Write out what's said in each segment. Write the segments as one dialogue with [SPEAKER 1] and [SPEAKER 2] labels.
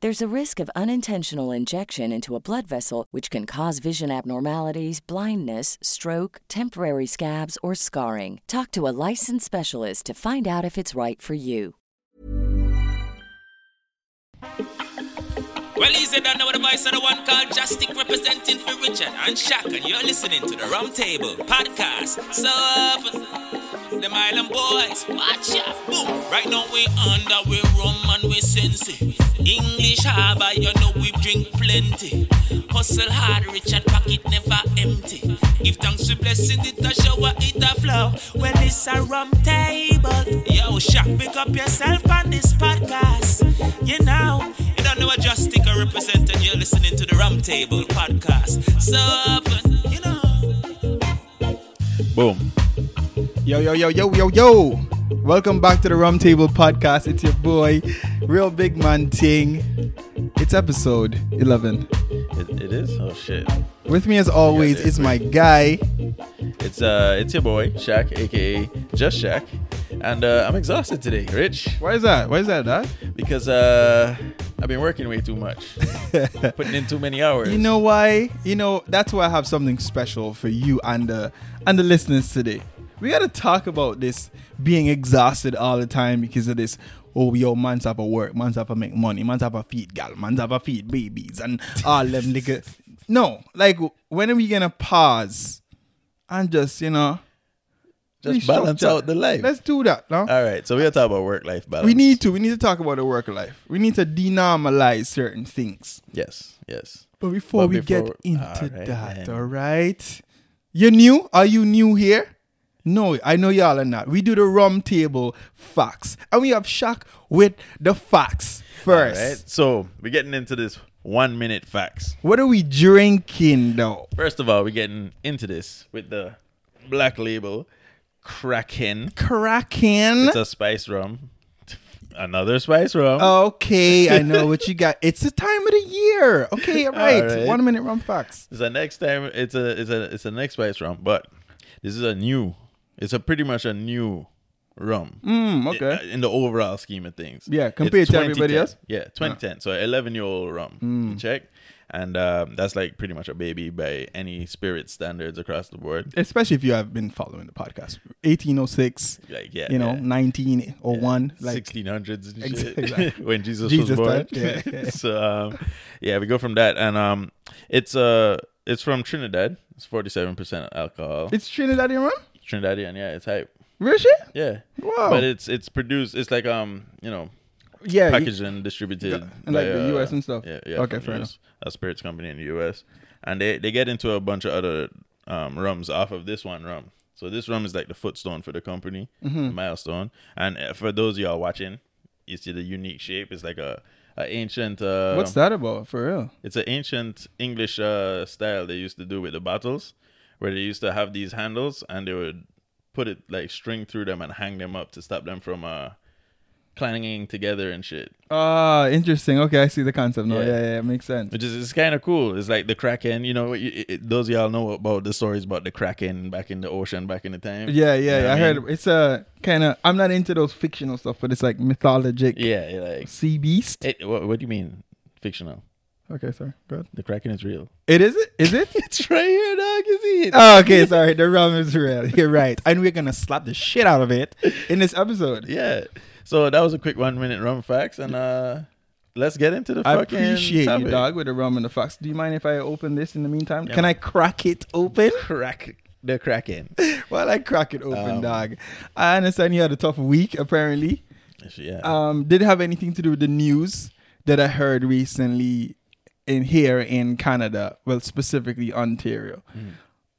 [SPEAKER 1] There's a risk of unintentional injection into a blood vessel, which can cause vision abnormalities, blindness, stroke, temporary scabs, or scarring. Talk to a licensed specialist to find out if it's right for you.
[SPEAKER 2] Well, he's done now with the voice of the one called Justic representing for Richard and Shaq, and you're listening to the Round Table Podcast. So, the Island Boys, watch out. Boom. Right now we under, we rum and we sensi. English harbor, you know we drink plenty. Hustle hard, Richard, pocket never empty. Give thanks to blessings, it a shower, it a flow. Well, it's a rum table. Yo, Shaq, pick up yourself on this podcast. You know, you don't know what Justic I represent, and you're listening to the Rum Table Podcast. So, you know.
[SPEAKER 3] Boom. Yo, yo, yo, yo, yo, yo. Welcome back to the Rum Table Podcast. It's your boy, Real Big Man Ting. It's episode 11.
[SPEAKER 4] It, it is? Oh, shit.
[SPEAKER 3] With me, as always,
[SPEAKER 4] it.
[SPEAKER 3] is my guy.
[SPEAKER 4] It's uh, it's your boy, Shaq, aka Just Shaq. And uh, I'm exhausted today, Rich,
[SPEAKER 3] Why is that? Why is that, that?
[SPEAKER 4] because uh, I've been working way too much, putting in too many hours.
[SPEAKER 3] You know why? You know that's why I have something special for you and the and the listeners today. We gotta talk about this being exhausted all the time because of this. Oh, yo, man's have to work, man's have to make money, man's have to feed gal, man's have to feed babies, and all them nigga. No, like when are we gonna pause and just you know
[SPEAKER 4] just balance
[SPEAKER 3] restructure?
[SPEAKER 4] out the life. Uh,
[SPEAKER 3] Let's do that. No,
[SPEAKER 4] All right, so we're gonna talk about work-life balance.
[SPEAKER 3] we need to. We need to talk about the work life. We need to denormalize certain things.
[SPEAKER 4] Yes, yes.
[SPEAKER 3] But before
[SPEAKER 4] But
[SPEAKER 3] we
[SPEAKER 4] before-
[SPEAKER 3] get into
[SPEAKER 4] alright
[SPEAKER 3] that,
[SPEAKER 4] then.
[SPEAKER 3] all right? You new? Are you new here? No, I know y'all are not. We do the rum table facts. And we have Shaq with the facts
[SPEAKER 4] All
[SPEAKER 3] first.
[SPEAKER 4] right, so we're getting into this one-minute facts.
[SPEAKER 3] What are we drinking though?
[SPEAKER 4] First of all, we're getting into this with the black label Kraken.
[SPEAKER 3] Kraken.
[SPEAKER 4] It's a spice rum. Another spice rum.
[SPEAKER 3] Oh, okay, I know what you got. It's the time of the year. Okay, all right.
[SPEAKER 4] Alright.
[SPEAKER 3] One minute rum facts.
[SPEAKER 4] It's a next time. It's a it's a it's a next spice rum, but this is a new. It's a pretty much a new rum.
[SPEAKER 3] Hmm,
[SPEAKER 4] i-
[SPEAKER 3] okay.
[SPEAKER 4] In the overall scheme of things.
[SPEAKER 3] Yeah,
[SPEAKER 4] It's
[SPEAKER 3] compared to everybody
[SPEAKER 4] 2010.
[SPEAKER 3] else? Mm.
[SPEAKER 4] Yeah, 2010. So 11 year old rum. You check, and um, that's like pretty much a baby by any spirit standards across the board.
[SPEAKER 3] Especially if you have been following the podcast. 1806,
[SPEAKER 4] Like yeah,
[SPEAKER 3] you know,
[SPEAKER 4] yeah.
[SPEAKER 3] 1901. Like,
[SPEAKER 4] 1600s and
[SPEAKER 3] Ex-
[SPEAKER 4] shit,
[SPEAKER 3] exactly.
[SPEAKER 4] when Jesus,
[SPEAKER 3] Jesus
[SPEAKER 4] was born.
[SPEAKER 3] died, yeah.
[SPEAKER 4] so um, yeah, we go from that, and um, it's uh, it's from Trinidad. It's 47 percent alcohol.
[SPEAKER 3] it's Trinidad and rum?
[SPEAKER 4] Trinidadian, yeah, it's hype.
[SPEAKER 3] Real shit?
[SPEAKER 4] Yeah.
[SPEAKER 3] Wow.
[SPEAKER 4] But it's it's produced. It's like um, you know,
[SPEAKER 3] yeah, y-
[SPEAKER 4] packaged and distributed uh,
[SPEAKER 3] and like the US and stuff.
[SPEAKER 4] Yeah, yeah.
[SPEAKER 3] Okay,
[SPEAKER 4] from
[SPEAKER 3] fair
[SPEAKER 4] US, A spirits company in the US, and they they get into a bunch of other um rums off of this one rum. So this rum is like the footstone for the company,
[SPEAKER 3] Mm-hmm.
[SPEAKER 4] the milestone. And uh, for those of y'all watching, you see the unique shape. It's like a, a ancient. Uh,
[SPEAKER 3] What's that about for real?
[SPEAKER 4] It's an ancient English uh, style they used to do with the bottles, where they used to have these handles and they would put it like string through them and hang them up to stop them from uh, clanging together and shit.
[SPEAKER 3] Ah, interesting. Okay, I see the concept now. Yeah,
[SPEAKER 4] Yeah.
[SPEAKER 3] yeah, yeah makes sense.
[SPEAKER 4] Which is it's kind of cool. It's like the Kraken. You know, what you- it- it- those of y'all know about the stories about the Kraken back in the ocean back in the time.
[SPEAKER 3] Yeah, yeah,
[SPEAKER 4] You know
[SPEAKER 3] I,
[SPEAKER 4] what
[SPEAKER 3] heard
[SPEAKER 4] mean?
[SPEAKER 3] it's a kind of. I'm not into those fictional stuff, but it's like mythologic
[SPEAKER 4] Yeah, you're like
[SPEAKER 3] sea beast.
[SPEAKER 4] it, what, what do you mean fictional?
[SPEAKER 3] okay, sorry. Go ahead.
[SPEAKER 4] The Kraken is real.
[SPEAKER 3] It is it? Is it?
[SPEAKER 4] It's right here, dog. You see it?
[SPEAKER 3] oh, okay, sorry. The realm is real. You're right, and we're gonna slap the shit out of it in this episode.
[SPEAKER 4] yeah. So that was a quick one minute rum facts, and uh let's get into the
[SPEAKER 3] I
[SPEAKER 4] fucking.
[SPEAKER 3] appreciate
[SPEAKER 4] topic.
[SPEAKER 3] you, dog, with the rum and the fox. Do you mind if I open this in the meantime? Can I crack it open?
[SPEAKER 4] Crack Um, the Kraken.
[SPEAKER 3] While I crack it open, dog. I understand you had a tough week, apparently.
[SPEAKER 4] yeah.
[SPEAKER 3] Um, did it have anything to do with the news that I heard recently in here in Canada? Well, specifically Ontario.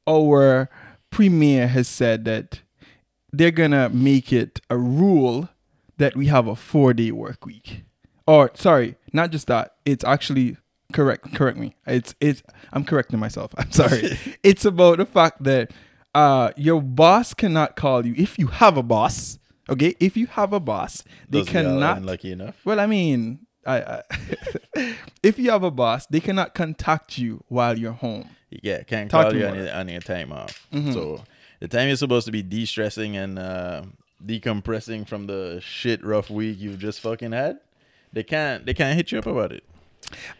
[SPEAKER 3] Our premier has said that they're gonna make it a rule that we have a four day work week. Or sorry, not just that. It's actually correct. Correct me. It's it's. I'm correcting myself. I'm sorry. it's about the fact that uh, your boss cannot call you if you have a boss. Okay, if you have a boss, they
[SPEAKER 4] Those of y'all
[SPEAKER 3] cannot.
[SPEAKER 4] unlucky enough.
[SPEAKER 3] Well, I mean, I, I if you have a boss, they cannot contact you while you're home.
[SPEAKER 4] Yeah, can't
[SPEAKER 3] Talk
[SPEAKER 4] call
[SPEAKER 3] Mm-hmm. to
[SPEAKER 4] you
[SPEAKER 3] me
[SPEAKER 4] on
[SPEAKER 3] more.
[SPEAKER 4] your, on your time off. So the time you're supposed to be de-stressing and uh, decompressing from the shit rough week you've just fucking had, they can't they can't hit you up about it.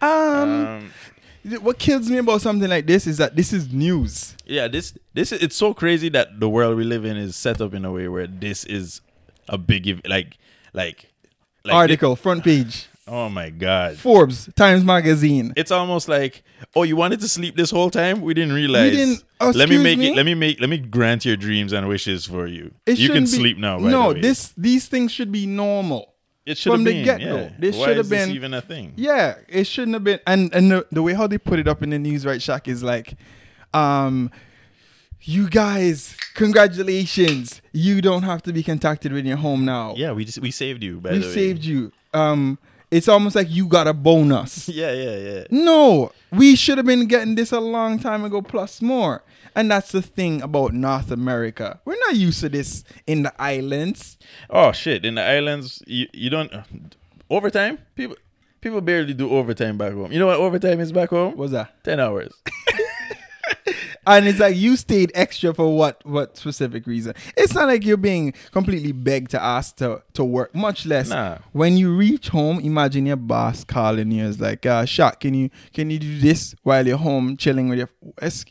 [SPEAKER 3] Um,
[SPEAKER 4] Um,
[SPEAKER 3] what kills me about something like this is that this is news.
[SPEAKER 4] yeah, this this is, it's so crazy that the world we live in is set up in a way where this is a big ev- like like like
[SPEAKER 3] Article, front page.
[SPEAKER 4] oh my god.
[SPEAKER 3] Forbes, Times Magazine.
[SPEAKER 4] it's almost like oh you wanted to sleep this whole time we didn't realize
[SPEAKER 3] didn't- oh,
[SPEAKER 4] let me
[SPEAKER 3] excuse
[SPEAKER 4] make
[SPEAKER 3] me?
[SPEAKER 4] it let me make let me grant your dreams and wishes for you
[SPEAKER 3] It
[SPEAKER 4] you can
[SPEAKER 3] shouldn't be-
[SPEAKER 4] sleep now by
[SPEAKER 3] no,
[SPEAKER 4] the way.
[SPEAKER 3] this these things should be normal.
[SPEAKER 4] it should
[SPEAKER 3] from
[SPEAKER 4] have been,
[SPEAKER 3] the get-go.
[SPEAKER 4] yeah.
[SPEAKER 3] This
[SPEAKER 4] Why
[SPEAKER 3] should have
[SPEAKER 4] is this
[SPEAKER 3] been-
[SPEAKER 4] even a thing
[SPEAKER 3] Yeah, it shouldn't have been. And and the, the way how they put it up in the news, right, Shaq, is like, um, you guys, congratulations, you don't have to be contacted when you're home now.
[SPEAKER 4] yeah we just we saved you by
[SPEAKER 3] we
[SPEAKER 4] the way
[SPEAKER 3] saved you. Um, it's almost like you got a bonus.
[SPEAKER 4] yeah yeah yeah
[SPEAKER 3] No, we should have been getting this a long time ago, plus more. And that's the thing about North America. We're not used to this in the islands.
[SPEAKER 4] oh shit in the islands you, you don't uh, overtime people people barely do overtime back home you know what overtime is back home
[SPEAKER 3] What's that?
[SPEAKER 4] 10 hours
[SPEAKER 3] And it's like you stayed extra for what what specific reason? It's not like you're being completely begged to ask to, to work, much less
[SPEAKER 4] Nah.
[SPEAKER 3] when you reach home. Imagine your boss calling you, is like, uh, "Shot, can you can you do this while you're home chilling with your esc-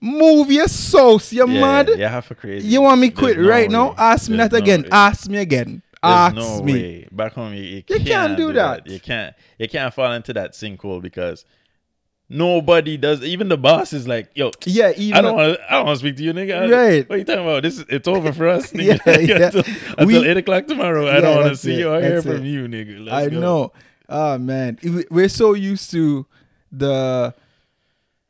[SPEAKER 3] move your sauce, you
[SPEAKER 4] yeah,
[SPEAKER 3] mad?
[SPEAKER 4] yeah, half a crazy
[SPEAKER 3] You want me
[SPEAKER 4] There's
[SPEAKER 3] quit
[SPEAKER 4] no
[SPEAKER 3] right
[SPEAKER 4] way.
[SPEAKER 3] now? Ask me
[SPEAKER 4] There's
[SPEAKER 3] that
[SPEAKER 4] no
[SPEAKER 3] again.
[SPEAKER 4] way.
[SPEAKER 3] Ask me again.
[SPEAKER 4] There's
[SPEAKER 3] Ask
[SPEAKER 4] no
[SPEAKER 3] me.
[SPEAKER 4] way. Back home, you, you,
[SPEAKER 3] can't do that.
[SPEAKER 4] You can't. You can't fall into that sinkhole because nobody does. Even the boss is like, "Yo,
[SPEAKER 3] Yeah, even
[SPEAKER 4] I don't want. to. I don't want to speak to you, nigga.
[SPEAKER 3] Right.
[SPEAKER 4] What you talking about? This is it's over for us.
[SPEAKER 3] Yeah,
[SPEAKER 4] Nigga. Like,
[SPEAKER 3] yeah.
[SPEAKER 4] Until,
[SPEAKER 3] We-
[SPEAKER 4] until eight o'clock tomorrow. I
[SPEAKER 3] Yeah,
[SPEAKER 4] don't want to
[SPEAKER 3] that's
[SPEAKER 4] see
[SPEAKER 3] it,
[SPEAKER 4] you or hear
[SPEAKER 3] that's
[SPEAKER 4] from
[SPEAKER 3] it.
[SPEAKER 4] you, nigga. Let's
[SPEAKER 3] I
[SPEAKER 4] go.
[SPEAKER 3] know. Oh man, We- we're so used to the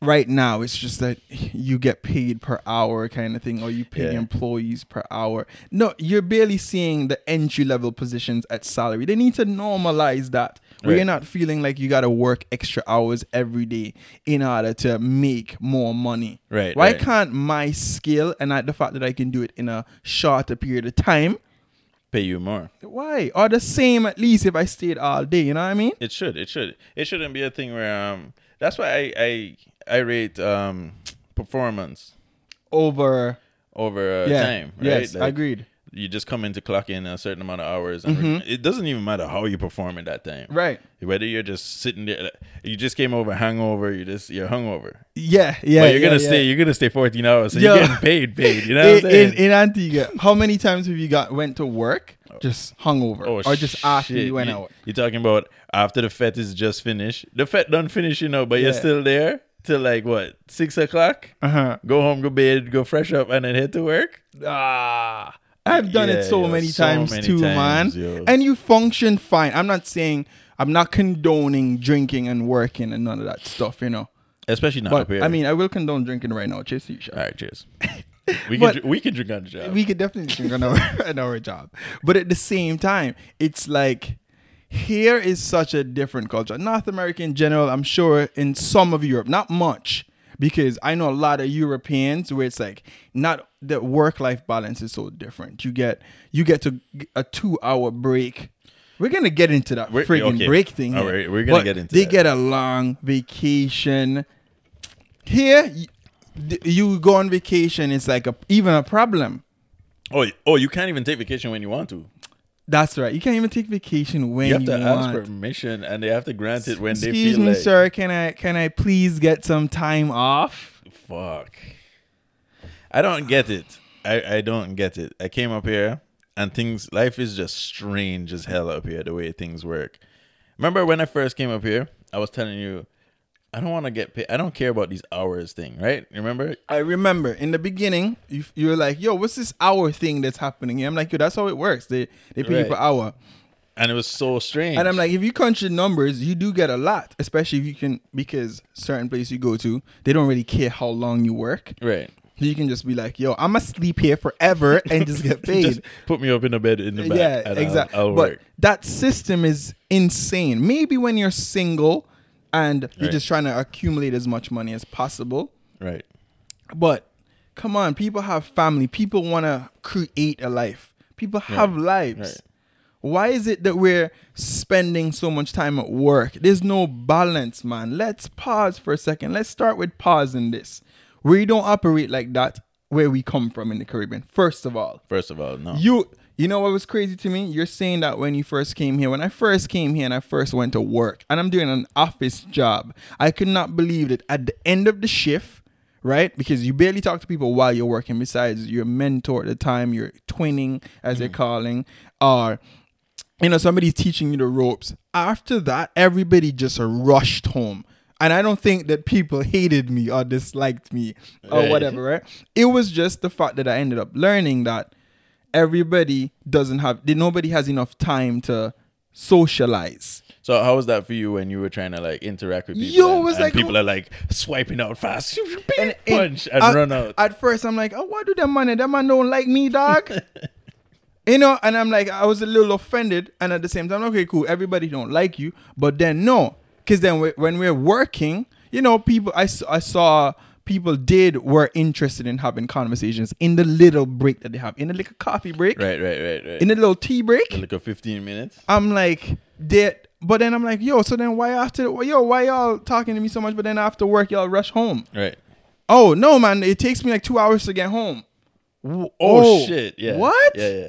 [SPEAKER 3] right now. It's just that you get paid per hour kind of thing, or you pay
[SPEAKER 4] Yeah.
[SPEAKER 3] employees per hour. No, you're barely seeing the entry level positions at salary. They need to normalize that. Where you're
[SPEAKER 4] Right.
[SPEAKER 3] not feeling like you gotta work extra hours every day in order to make more money.
[SPEAKER 4] Right,
[SPEAKER 3] Why
[SPEAKER 4] right.
[SPEAKER 3] can't my skill and not the fact that I can do it in a shorter period of time?
[SPEAKER 4] Pay you more.
[SPEAKER 3] Why? Or the same at least if I stayed all day, you know what I mean?
[SPEAKER 4] It should. It should. It shouldn't be a thing where um. That's why I I I rate um performance
[SPEAKER 3] over
[SPEAKER 4] over uh,
[SPEAKER 3] yeah,
[SPEAKER 4] time. Right?
[SPEAKER 3] yes,
[SPEAKER 4] Like,
[SPEAKER 3] agreed. Mm-hmm.
[SPEAKER 4] you just come in to clock in a certain amount of hours and it doesn't even matter how you perform at that time
[SPEAKER 3] Right.
[SPEAKER 4] whether you're just sitting there like, you just came over hangover you just you're hungover
[SPEAKER 3] Yeah, yeah.
[SPEAKER 4] but you're
[SPEAKER 3] yeah,
[SPEAKER 4] gonna
[SPEAKER 3] yeah.
[SPEAKER 4] stay you're gonna stay 14 hours so
[SPEAKER 3] Yo.
[SPEAKER 4] you're getting paid paid you know what
[SPEAKER 3] in,
[SPEAKER 4] i'm saying Oh.
[SPEAKER 3] in, in Antigua. How many times have you got went to work just hungover, or just after
[SPEAKER 4] shit.
[SPEAKER 3] you went out?
[SPEAKER 4] you're talking about after the fet is just finished the fet done finish you know but you're
[SPEAKER 3] Yeah.
[SPEAKER 4] still there till like what six o'clock
[SPEAKER 3] Uh-huh.
[SPEAKER 4] go home go bed go fresh up and then head to work
[SPEAKER 3] Ah, I've done
[SPEAKER 4] Yeah,
[SPEAKER 3] it so
[SPEAKER 4] yo,
[SPEAKER 3] many
[SPEAKER 4] so
[SPEAKER 3] times
[SPEAKER 4] many
[SPEAKER 3] too,
[SPEAKER 4] times,
[SPEAKER 3] man.
[SPEAKER 4] yo.
[SPEAKER 3] And you function fine. I'm not saying I'm not condoning drinking and working and none of that stuff, you know.
[SPEAKER 4] especially not up
[SPEAKER 3] But
[SPEAKER 4] here
[SPEAKER 3] I mean, I will condone drinking right now. Cheers, to you, Shaq.
[SPEAKER 4] all right cheers We can
[SPEAKER 3] But-
[SPEAKER 4] dr- we can drink on the job.
[SPEAKER 3] we could definitely drink on our, on our job. But at the same time, it's like here is such a different culture. North America in general, I'm sure in some of Europe, not much, because I know a lot of Europeans where it's like not the work life balance is so different. You get you get to g- a two hour break. We're gonna get into that
[SPEAKER 4] We're-
[SPEAKER 3] friggin'
[SPEAKER 4] okay.
[SPEAKER 3] break thing.
[SPEAKER 4] All
[SPEAKER 3] here.
[SPEAKER 4] right, we're gonna
[SPEAKER 3] But
[SPEAKER 4] get into
[SPEAKER 3] They
[SPEAKER 4] that.
[SPEAKER 3] get a long vacation. Here, y- d- you go on vacation. It's like a even a problem.
[SPEAKER 4] oh, y- oh, you can't even take vacation when you want to.
[SPEAKER 3] That's right. You can't even take vacation when
[SPEAKER 4] You
[SPEAKER 3] you,
[SPEAKER 4] have to ask
[SPEAKER 3] want.
[SPEAKER 4] permission, and they have to grant it when they
[SPEAKER 3] Excuse
[SPEAKER 4] feel
[SPEAKER 3] me,
[SPEAKER 4] like.
[SPEAKER 3] sir. Can I can I please get some time off?
[SPEAKER 4] Fuck. I don't get it. I, I don't get it. I came up here and things life is just strange as hell up here the way things work. Remember when I first came up here, I was telling you I don't want to get paid. I don't care about these hours thing, right? Remember?
[SPEAKER 3] I remember in the beginning, you, you were like, "Yo, what's this hour thing that's happening?" And I'm like, "Yo, that's how it works. They they pay
[SPEAKER 4] Right.
[SPEAKER 3] you per hour."
[SPEAKER 4] And it was so strange.
[SPEAKER 3] And I'm like, if you crunch the numbers, you do get a lot, especially if you can because certain place you go to, they don't really care how long you work.
[SPEAKER 4] right.
[SPEAKER 3] You can just be like, "Yo, I'ma sleep here forever and just get paid."
[SPEAKER 4] Just put me up in a bed in the back.
[SPEAKER 3] yeah,
[SPEAKER 4] exactly.
[SPEAKER 3] exactly.
[SPEAKER 4] I'll,
[SPEAKER 3] but
[SPEAKER 4] work.
[SPEAKER 3] that system is insane. Maybe when you're single and you're
[SPEAKER 4] Right.
[SPEAKER 3] just trying to accumulate as much money as possible,
[SPEAKER 4] Right.
[SPEAKER 3] but come on, people have family. People want to create a life. People have lives.
[SPEAKER 4] right.
[SPEAKER 3] Why is it that we're spending so much time at work? There's no balance, man. Let's pause for a second. Let's start with pausing this. We don't operate like that where we come from in the Caribbean, first of all.
[SPEAKER 4] First of all, no.
[SPEAKER 3] You you know what was crazy to me? You're saying that when you first came here. When I first came here and I first went to work and I'm doing an office job, I could not believe that at the end of the shift, right? Because you barely talk to people while you're working. Besides your mentor at the time, you're twinning as they're calling, or you know, somebody's teaching you the ropes. After that, everybody just rushed home. And I don't think that people hated me or disliked me or
[SPEAKER 4] Right.
[SPEAKER 3] whatever, right? It was just the fact that I ended up learning that everybody doesn't have, that nobody has enough time to socialize.
[SPEAKER 4] So how was that for you when you were trying to like interact with people?
[SPEAKER 3] Yo, it
[SPEAKER 4] and,
[SPEAKER 3] was
[SPEAKER 4] and
[SPEAKER 3] like-
[SPEAKER 4] people are like swiping out fast,
[SPEAKER 3] And- and
[SPEAKER 4] punch and
[SPEAKER 3] at-
[SPEAKER 4] run out.
[SPEAKER 3] At first, I'm like, oh, why do that man? That man don't like me, dog. you know, and I'm like, I was a little offended, and at the same time, okay, cool. Everybody don't like you, but then no, because then we, when we're working, you know, people, I, s- I saw people did were interested in having conversations in the little break that they have, in the little coffee break,
[SPEAKER 4] right, right, right, right.
[SPEAKER 3] in the little tea break.
[SPEAKER 4] like a 15 minutes.
[SPEAKER 3] I'm like, that. But then I'm like, yo, so then why after, yo, why y'all talking to me so much? But then after work, y'all rush home.
[SPEAKER 4] Right.
[SPEAKER 3] Oh no, man! It takes me like two hours to get home.
[SPEAKER 4] Oh,
[SPEAKER 3] oh,
[SPEAKER 4] shit! Yeah.
[SPEAKER 3] what?
[SPEAKER 4] Yeah, yeah.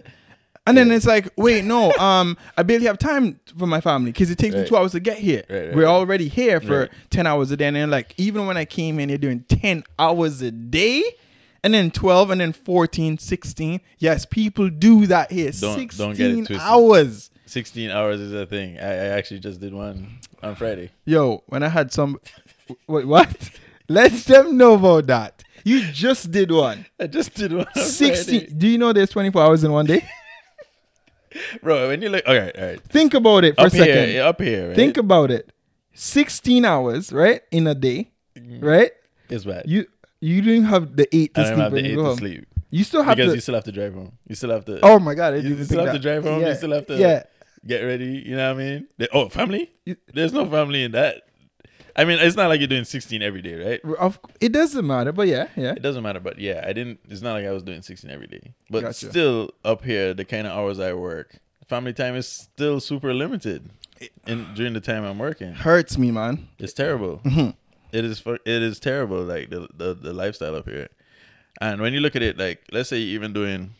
[SPEAKER 3] And then it's like, wait, no, um, I barely have time for my family because it takes me
[SPEAKER 4] Right.
[SPEAKER 3] two hours to get here.
[SPEAKER 4] Right, right,
[SPEAKER 3] We're
[SPEAKER 4] right.
[SPEAKER 3] already here for
[SPEAKER 4] Right.
[SPEAKER 3] ten hours a day, and then, like even when I came in, they're doing ten hours a day, and then twelve, and then 14, 16. Yes, people do that here.
[SPEAKER 4] Don't-
[SPEAKER 3] Sixteen
[SPEAKER 4] don't get it twisted.
[SPEAKER 3] hours.
[SPEAKER 4] 16 hours is a thing. I, I actually just did one on Friday.
[SPEAKER 3] Yo, when I had some, wait, what? Let them know about that. You just did one.
[SPEAKER 4] I just did one. On
[SPEAKER 3] Sixty.
[SPEAKER 4] Friday.
[SPEAKER 3] Do you know there's twenty four hours in one day?
[SPEAKER 4] Bro, when you look, all right, all right.
[SPEAKER 3] Think about it for a
[SPEAKER 4] Up
[SPEAKER 3] second.
[SPEAKER 4] here, yeah, up here. Right?
[SPEAKER 3] Think about it. 16 hours, right? In a day, right?
[SPEAKER 4] it's bad.
[SPEAKER 3] You you didn't have the 8
[SPEAKER 4] Mm.
[SPEAKER 3] to
[SPEAKER 4] I don't
[SPEAKER 3] sleep
[SPEAKER 4] have the
[SPEAKER 3] when you
[SPEAKER 4] eight
[SPEAKER 3] go
[SPEAKER 4] to
[SPEAKER 3] home.
[SPEAKER 4] sleep
[SPEAKER 3] You still have
[SPEAKER 4] because
[SPEAKER 3] to
[SPEAKER 4] you still have to drive home. You still have to.
[SPEAKER 3] Oh my god, I didn't
[SPEAKER 4] You
[SPEAKER 3] think
[SPEAKER 4] still have to
[SPEAKER 3] that.
[SPEAKER 4] drive home.
[SPEAKER 3] Yeah.
[SPEAKER 4] You still have to
[SPEAKER 3] Yeah.
[SPEAKER 4] get ready. You know what I mean? The- oh, family? There's no family in that. I mean, it's not like you're doing 16 every day, right?
[SPEAKER 3] Of, it doesn't matter, but yeah, yeah.
[SPEAKER 4] It doesn't matter, but yeah, I didn't. It's not like I was doing 16 every day. But
[SPEAKER 3] Gotcha.
[SPEAKER 4] still, up here, the kind of hours I work, family time is still super limited. In during the time I'm working,
[SPEAKER 3] Hurts me, man.
[SPEAKER 4] it's terrible. It is fu- it is terrible. Like the, the the lifestyle up here, and when you look at it, like let's say you're even doing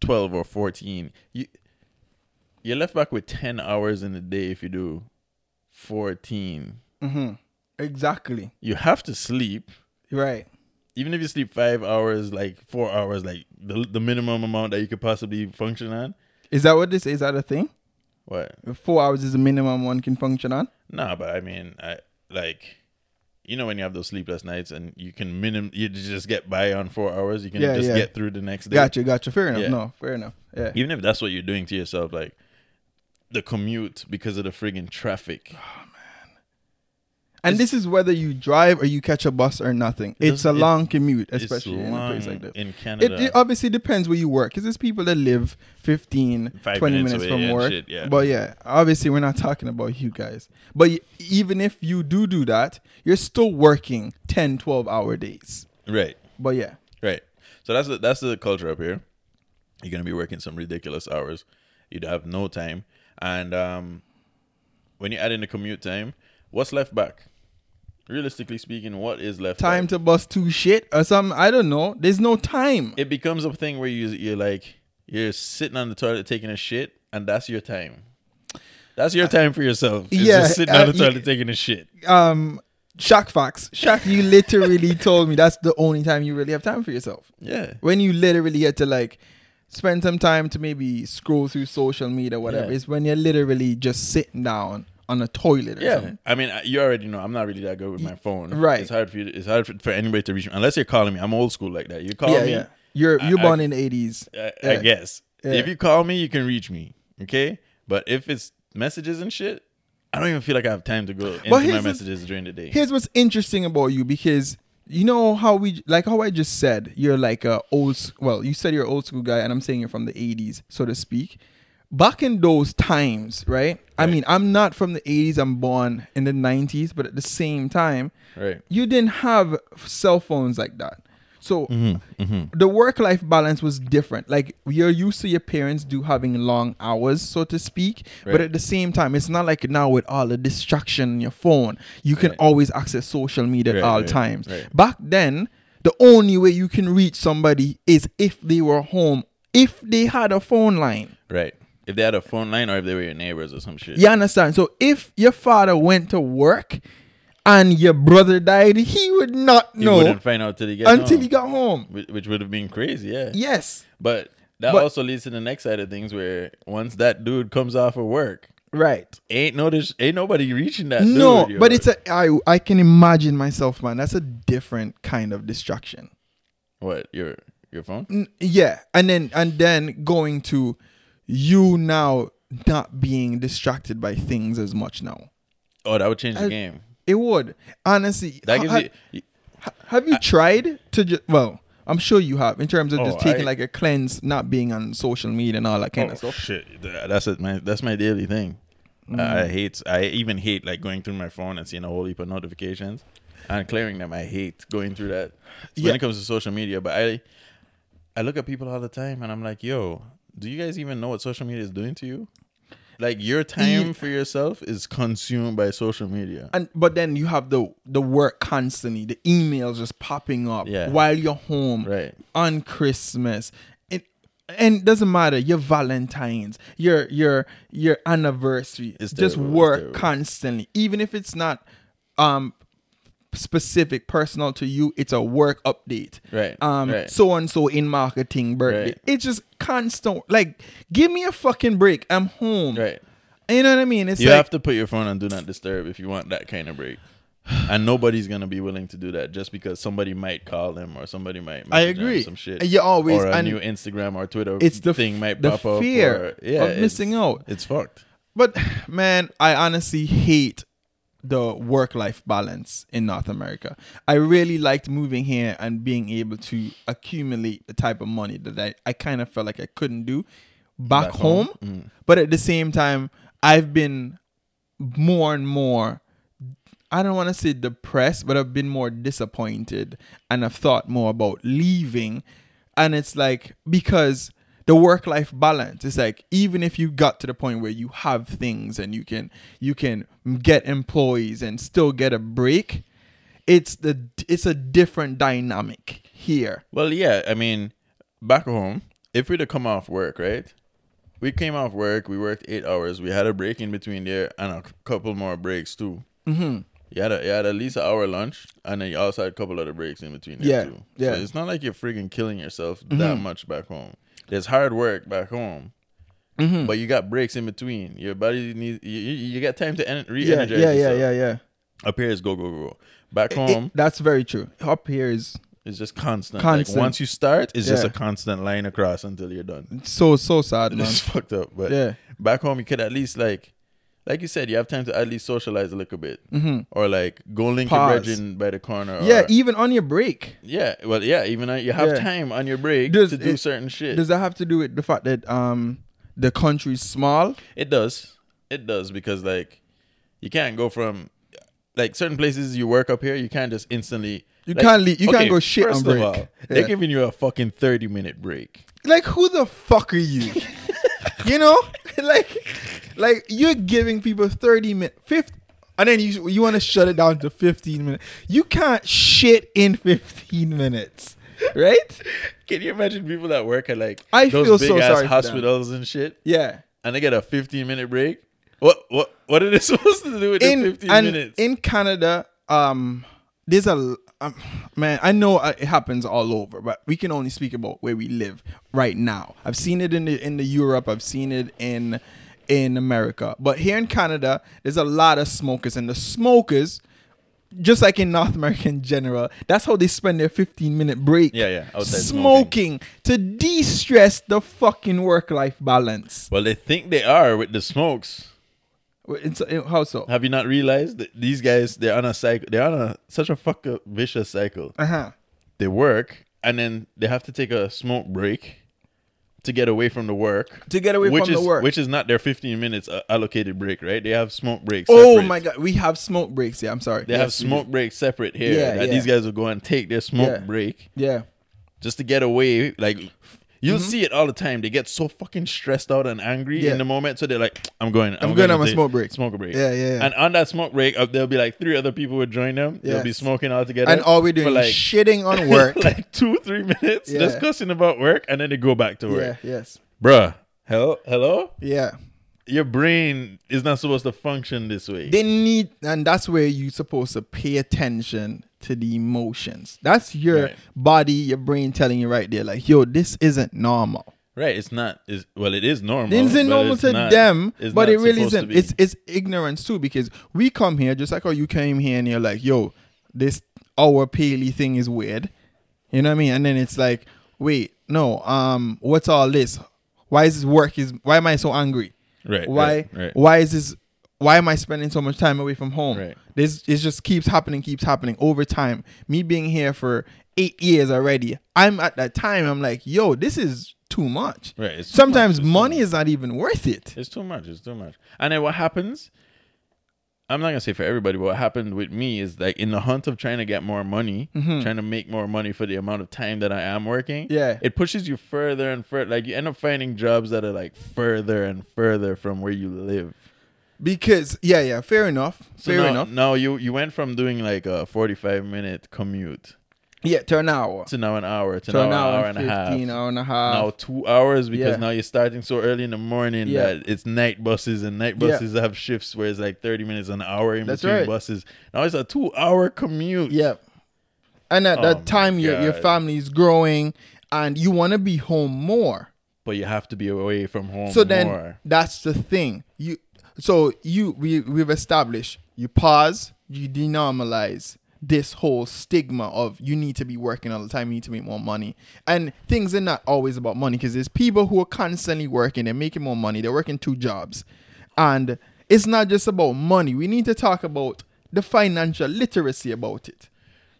[SPEAKER 4] twelve or fourteen, you you're left back with ten hours in the day if you do fourteen.
[SPEAKER 3] Exactly.
[SPEAKER 4] You have to sleep,
[SPEAKER 3] Right.
[SPEAKER 4] even if you sleep five hours, like four hours, like the the minimum amount that you could possibly function on.
[SPEAKER 3] Is that what this is that a thing?
[SPEAKER 4] What?
[SPEAKER 3] 4 hours is the minimum one can function on?
[SPEAKER 4] Nah, but I mean, I like, you know, when you have those sleepless nights and you can minim, you just get by on four hours. You can
[SPEAKER 3] Yeah,
[SPEAKER 4] just
[SPEAKER 3] yeah.
[SPEAKER 4] get through the next day.
[SPEAKER 3] Gotcha, gotcha. Fair enough.
[SPEAKER 4] Yeah.
[SPEAKER 3] No, fair enough. Yeah.
[SPEAKER 4] Even if that's what you're doing to yourself, like the commute because of the friggin' traffic.
[SPEAKER 3] And this is whether you drive or you catch a bus or nothing. It's a
[SPEAKER 4] doesn't- it-
[SPEAKER 3] long commute,
[SPEAKER 4] it's
[SPEAKER 3] especially in a place
[SPEAKER 4] long
[SPEAKER 3] like this.
[SPEAKER 4] in
[SPEAKER 3] It- It,
[SPEAKER 4] Canada.
[SPEAKER 3] obviously depends where you work. Because there's people that live 15,
[SPEAKER 4] Five
[SPEAKER 3] 20
[SPEAKER 4] minutes
[SPEAKER 3] minutes
[SPEAKER 4] away
[SPEAKER 3] from
[SPEAKER 4] and
[SPEAKER 3] work.
[SPEAKER 4] shit, yeah.
[SPEAKER 3] But yeah, obviously we're not talking about you guys. But y- even if you do do that, you're still working 10, 12 hour days.
[SPEAKER 4] Right.
[SPEAKER 3] But yeah.
[SPEAKER 4] Right. So that's the, that's the culture up here. You're gonna be working some ridiculous hours. You'd have no time, and um, when you add in the commute time, what's left back? Realistically speaking, what is left?
[SPEAKER 3] Time
[SPEAKER 4] back?
[SPEAKER 3] to bust two shit or something. I don't know. There's no time.
[SPEAKER 4] it becomes a thing where you you're like you're sitting on the toilet taking a shit, and that's your time. That's your time for yourself. It's
[SPEAKER 3] Yeah,
[SPEAKER 4] just sitting
[SPEAKER 3] uh,
[SPEAKER 4] on the
[SPEAKER 3] you-
[SPEAKER 4] toilet taking a shit.
[SPEAKER 3] um shock facts shock you literally told me that's the only time you really have time for yourself
[SPEAKER 4] Yeah.
[SPEAKER 3] when you literally had to like spend some time to maybe scroll through social media whatever
[SPEAKER 4] Yeah.
[SPEAKER 3] it's when you're literally just sitting down on a toilet or
[SPEAKER 4] Yeah,
[SPEAKER 3] something
[SPEAKER 4] I mean, I- you already know I'm not really that good with my phone.
[SPEAKER 3] right.
[SPEAKER 4] it's hard for you. To, it's hard for, for anybody to reach me unless you're calling me. I'm old school like that. You call
[SPEAKER 3] yeah
[SPEAKER 4] me,
[SPEAKER 3] yeah you're
[SPEAKER 4] Oh, I-
[SPEAKER 3] you're
[SPEAKER 4] I-
[SPEAKER 3] born in the 80s
[SPEAKER 4] I,
[SPEAKER 3] yeah.
[SPEAKER 4] I guess if you call me, you can reach me. Okay, but if it's messages and shit, I don't even feel like I have time to go into
[SPEAKER 3] But
[SPEAKER 4] my
[SPEAKER 3] here's the-
[SPEAKER 4] messages during the day.
[SPEAKER 3] here's what's interesting about you because you know how we like how I just said you're like a old s- well you said you're an old school guy and I'm saying you're from the 80s so to speak back in those times right, I mean I'm not from the 80s I'm born in the 90s but at the same time
[SPEAKER 4] Right.
[SPEAKER 3] you didn't have cell phones like that so
[SPEAKER 4] Mm-hmm,
[SPEAKER 3] the work life balance was different like you're used to your parents do having long hours so to speak but
[SPEAKER 4] Right.
[SPEAKER 3] at the same time it's not like now with all the distraction on your phone you can always access social media at
[SPEAKER 4] Right,
[SPEAKER 3] all
[SPEAKER 4] right,
[SPEAKER 3] times
[SPEAKER 4] right.
[SPEAKER 3] back then the only way you can reach somebody is if they were home if they had a phone line
[SPEAKER 4] Right. If they had a phone line or if they were your neighbors or some shit.
[SPEAKER 3] you understand so if your father went to work and your brother died he would not
[SPEAKER 4] You
[SPEAKER 3] know
[SPEAKER 4] wouldn't find out till you get
[SPEAKER 3] until
[SPEAKER 4] home,
[SPEAKER 3] he got home
[SPEAKER 4] Which, which would have been crazy. Yeah.
[SPEAKER 3] yes
[SPEAKER 4] But that
[SPEAKER 3] But-
[SPEAKER 4] also leads to the next side of things where once that dude comes off of work,
[SPEAKER 3] right
[SPEAKER 4] ain't no there's ain't nobody reaching that.
[SPEAKER 3] no
[SPEAKER 4] dude, yo.
[SPEAKER 3] but it's a I, I can imagine myself man that's a different kind of distraction
[SPEAKER 4] what your your phone.
[SPEAKER 3] N- yeah and then and then going to you now not being distracted by things as much now
[SPEAKER 4] Oh, that would change the
[SPEAKER 3] I-
[SPEAKER 4] game.
[SPEAKER 3] it would honestly
[SPEAKER 4] That
[SPEAKER 3] ha-
[SPEAKER 4] gives
[SPEAKER 3] ha-
[SPEAKER 4] you. you-
[SPEAKER 3] ha- have you tried to just well i'm sure you have in terms of just
[SPEAKER 4] Oh,
[SPEAKER 3] taking
[SPEAKER 4] I-
[SPEAKER 3] like a cleanse not being on social media and all that kind of
[SPEAKER 4] oh
[SPEAKER 3] stuff
[SPEAKER 4] shit! Th- That's it. My that's my daily thing. I I hate. I even hate like going through my phone and seeing a whole heap of notifications and clearing them. I hate going through that. So
[SPEAKER 3] Yeah.
[SPEAKER 4] When it comes to social media, but I I look at people all the time and I'm like, yo, do you guys even know what social media is doing to you? Like your time for yourself is consumed by social media.
[SPEAKER 3] and but then you have the the work constantly, the emails just popping up
[SPEAKER 4] Yeah.
[SPEAKER 3] while you're home
[SPEAKER 4] Right.
[SPEAKER 3] on Christmas. It and it doesn't matter your Valentine's, your your your anniversary.
[SPEAKER 4] It's
[SPEAKER 3] just
[SPEAKER 4] terrible, it's
[SPEAKER 3] work
[SPEAKER 4] terrible.
[SPEAKER 3] constantly, even if it's not um specific personal to you it's a work update
[SPEAKER 4] Right,
[SPEAKER 3] um
[SPEAKER 4] right.
[SPEAKER 3] so and so in marketing birthday
[SPEAKER 4] Right.
[SPEAKER 3] it's just constant like give me a fucking break i'm home
[SPEAKER 4] Right.
[SPEAKER 3] you know what i mean it's
[SPEAKER 4] You
[SPEAKER 3] like
[SPEAKER 4] have to put your phone on do not disturb if you want that kind of break. And nobody's gonna be willing to do that just because somebody might call them or somebody might.
[SPEAKER 3] I
[SPEAKER 4] message them
[SPEAKER 3] agree.
[SPEAKER 4] Some shit.
[SPEAKER 3] You always-
[SPEAKER 4] or a
[SPEAKER 3] and
[SPEAKER 4] new Instagram or Twitter.
[SPEAKER 3] it's the f-
[SPEAKER 4] thing might
[SPEAKER 3] the
[SPEAKER 4] pop up.
[SPEAKER 3] fear
[SPEAKER 4] or-
[SPEAKER 3] of
[SPEAKER 4] yeah, it's-
[SPEAKER 3] missing out.
[SPEAKER 4] It's fucked.
[SPEAKER 3] But man, I honestly hate the work life balance in North America. I really liked moving here and being able to accumulate the type of money that I, I kind of felt like I couldn't do back, home. Mm. But at the same time, I've been more and more I don't want to say depressed, but I've been more disappointed and I've thought more about leaving. And it's like because the work life balance is like even if you got to the point where you have things and you can you can get employees and still get a break, it's the it's a different dynamic here.
[SPEAKER 4] Well, yeah. I mean, back home, if we'd have come off work, right? We came off work. We worked eight hours. We had a break in between there and a c- couple more breaks too. Mm-hmm. You had, a, you had at least an hour lunch, and then you also had a couple other breaks in between. There
[SPEAKER 3] Yeah,
[SPEAKER 4] too.
[SPEAKER 3] yeah. Mm-hmm.
[SPEAKER 4] So it's not like you're friggin' killing yourself that much back home. There's hard work back home,
[SPEAKER 3] Mm-hmm.
[SPEAKER 4] but you got breaks in between. Your body needs you. You you got time to en- re-energize. yourself.
[SPEAKER 3] yeah.
[SPEAKER 4] Up here is go go go. go. Back
[SPEAKER 3] It-
[SPEAKER 4] home,
[SPEAKER 3] that's very true. Up here is
[SPEAKER 4] it's just constant.
[SPEAKER 3] Constant.
[SPEAKER 4] Like once you start, it's just
[SPEAKER 3] Yeah.
[SPEAKER 4] a constant line across until you're done.
[SPEAKER 3] so so sad, man.
[SPEAKER 4] It's fucked up. But
[SPEAKER 3] Yeah.
[SPEAKER 4] back home, you could at least like like you said, you have time to at least socialize a little bit, or like go link your
[SPEAKER 3] Mm-hmm. Pause.
[SPEAKER 4] bridging by the corner.
[SPEAKER 3] Yeah,
[SPEAKER 4] or,
[SPEAKER 3] even on your break.
[SPEAKER 4] yeah. Well, yeah. Even on, you have
[SPEAKER 3] Yeah.
[SPEAKER 4] time on your break
[SPEAKER 3] Does
[SPEAKER 4] to do
[SPEAKER 3] it-
[SPEAKER 4] certain shit.
[SPEAKER 3] Does that have to do with the fact that um the country's small?
[SPEAKER 4] It does. It does because like you can't go from like certain places you work up here, you can't just instantly
[SPEAKER 3] You
[SPEAKER 4] like-
[SPEAKER 3] can't leave- you can't go shit on
[SPEAKER 4] first of
[SPEAKER 3] break.
[SPEAKER 4] all, They're
[SPEAKER 3] Yeah.
[SPEAKER 4] giving you a fucking 30 minute break.
[SPEAKER 3] Like who the fuck are you? you know? Like like you're giving people 30 minutes, 50 and then you you want to shut it down to 15 minutes. You can't shit in 15 minutes. Right?
[SPEAKER 4] Can you imagine people that work at like
[SPEAKER 3] I
[SPEAKER 4] those
[SPEAKER 3] feel
[SPEAKER 4] big
[SPEAKER 3] so
[SPEAKER 4] ass
[SPEAKER 3] sorry for them.
[SPEAKER 4] hospitals and shit?
[SPEAKER 3] Yeah.
[SPEAKER 4] And they get a 15 minute break? What what what are they supposed to do with the
[SPEAKER 3] in
[SPEAKER 4] 15
[SPEAKER 3] and
[SPEAKER 4] minutes?
[SPEAKER 3] in Canada, um, there's a um, man. I know uh, it happens all over, but we can only speak about where we live right now. I've seen it in the in the Europe. I've seen it in in America, but here in Canada, there's a lot of smokers, and the smokers. Just like in North America in general, that's how they spend their 15 minute break.
[SPEAKER 4] Yeah, yeah, outside
[SPEAKER 3] Smoking, to de stress the fucking work life balance.
[SPEAKER 4] well, they think they are with the smokes.
[SPEAKER 3] It's, how so?
[SPEAKER 4] Have you not realized that these guys they're on a cycle? They're on a such a fuck up vicious cycle.
[SPEAKER 3] Uh huh.
[SPEAKER 4] they work and then they have to take a smoke break to get away from the work.
[SPEAKER 3] To get away
[SPEAKER 4] which
[SPEAKER 3] from the
[SPEAKER 4] is-
[SPEAKER 3] work.
[SPEAKER 4] which is not their 15 minutes uh, allocated break, right? They have smoke breaks.
[SPEAKER 3] Oh
[SPEAKER 4] separate.
[SPEAKER 3] my god, we have smoke breaks. Yeah, I'm sorry.
[SPEAKER 4] They
[SPEAKER 3] Yes,
[SPEAKER 4] have
[SPEAKER 3] we
[SPEAKER 4] smoke breaks separate here.
[SPEAKER 3] Yeah,
[SPEAKER 4] that
[SPEAKER 3] yeah.
[SPEAKER 4] These guys will go and take their
[SPEAKER 3] do.
[SPEAKER 4] smoke
[SPEAKER 3] Yeah.
[SPEAKER 4] break
[SPEAKER 3] Yeah.
[SPEAKER 4] just to get away. Like you'll see it all the time. They get so fucking stressed out and angry
[SPEAKER 3] Mm-hmm. Yeah.
[SPEAKER 4] in the moment, so they're like, "I'm going. I'm,
[SPEAKER 3] going on my
[SPEAKER 4] to
[SPEAKER 3] smoke break."
[SPEAKER 4] Smoke break.
[SPEAKER 3] Yeah, yeah, yeah.
[SPEAKER 4] And on that smoke break, uh, there'll be like three other people would join them. They'll be
[SPEAKER 3] Yes.
[SPEAKER 4] smoking all together.
[SPEAKER 3] And all we're
[SPEAKER 4] for,
[SPEAKER 3] doing is shitting on work.
[SPEAKER 4] like two, three minutes
[SPEAKER 3] Yeah.
[SPEAKER 4] discussing about work, and then they go back to
[SPEAKER 3] yeah,
[SPEAKER 4] work.
[SPEAKER 3] yes.
[SPEAKER 4] Bruh, hello, hello.
[SPEAKER 3] Yeah.
[SPEAKER 4] Your brain is not supposed to function this way.
[SPEAKER 3] They need and that's where you're supposed to pay attention to the emotions. That's your
[SPEAKER 4] Right.
[SPEAKER 3] body, your brain telling you right there, like, yo, this isn't normal.
[SPEAKER 4] right? It's not. Is well, it is normal.
[SPEAKER 3] This isn't
[SPEAKER 4] but
[SPEAKER 3] normal
[SPEAKER 4] it's
[SPEAKER 3] to
[SPEAKER 4] not-
[SPEAKER 3] them,
[SPEAKER 4] it's
[SPEAKER 3] but
[SPEAKER 4] not
[SPEAKER 3] it really
[SPEAKER 4] supposed to
[SPEAKER 3] isn't.
[SPEAKER 4] be.
[SPEAKER 3] It's it's ignorance too, because we come here just like how you came here and you're like, yo, this our paley thing is weird. You know what I mean? And then it's like, wait, no, um, what's all this? Why is this work is why am I so angry?
[SPEAKER 4] Right,
[SPEAKER 3] Why
[SPEAKER 4] right, right.
[SPEAKER 3] why is this why am I spending so much time away from home?
[SPEAKER 4] Right.
[SPEAKER 3] This it just keeps happening, keeps happening over time. Me being here for eight years already, I'm at that time. I'm like, yo, this is too much.
[SPEAKER 4] Right, it's too much,
[SPEAKER 3] Sometimes
[SPEAKER 4] it's too
[SPEAKER 3] money
[SPEAKER 4] much.
[SPEAKER 3] is not even worth it.
[SPEAKER 4] It's too much. It's too much. And then what happens? I'm not gonna say for everybody, but what happened with me is like in the hunt of trying to get more money, trying to make more money for the amount of time that I am working.
[SPEAKER 3] Mm-hmm. Yeah.
[SPEAKER 4] it pushes you further and further. Like you end up finding jobs that are like further and further from where you live.
[SPEAKER 3] Because yeah, yeah, fair enough.
[SPEAKER 4] So
[SPEAKER 3] fair
[SPEAKER 4] now,
[SPEAKER 3] enough.
[SPEAKER 4] now you you went from doing like a 45 minute commute
[SPEAKER 3] Yeah, to an hour.
[SPEAKER 4] to now an hour to,
[SPEAKER 3] To
[SPEAKER 4] now, an hour and, a half.
[SPEAKER 3] 15, hour and a half.
[SPEAKER 4] Now two hours because
[SPEAKER 3] Yeah.
[SPEAKER 4] now you're starting so early in the morning
[SPEAKER 3] Yeah.
[SPEAKER 4] that it's night buses and night
[SPEAKER 3] Yeah.
[SPEAKER 4] buses have shifts where it's like 30 minutes an hour in
[SPEAKER 3] That's
[SPEAKER 4] between
[SPEAKER 3] right.
[SPEAKER 4] buses. Now it's a two hour commute.
[SPEAKER 3] Yeah. And at
[SPEAKER 4] Oh my
[SPEAKER 3] that time your your
[SPEAKER 4] God.
[SPEAKER 3] family's growing and you wanna be home more.
[SPEAKER 4] But you have to be away from home
[SPEAKER 3] so then
[SPEAKER 4] more.
[SPEAKER 3] that's the thing you so you we we've established you pause you denormalize this whole stigma of you need to be working all the time you need to make more money and things are not always about money because there's people who are constantly working they're making more money they're working two jobs and it's not just about money we need to talk about the financial literacy about it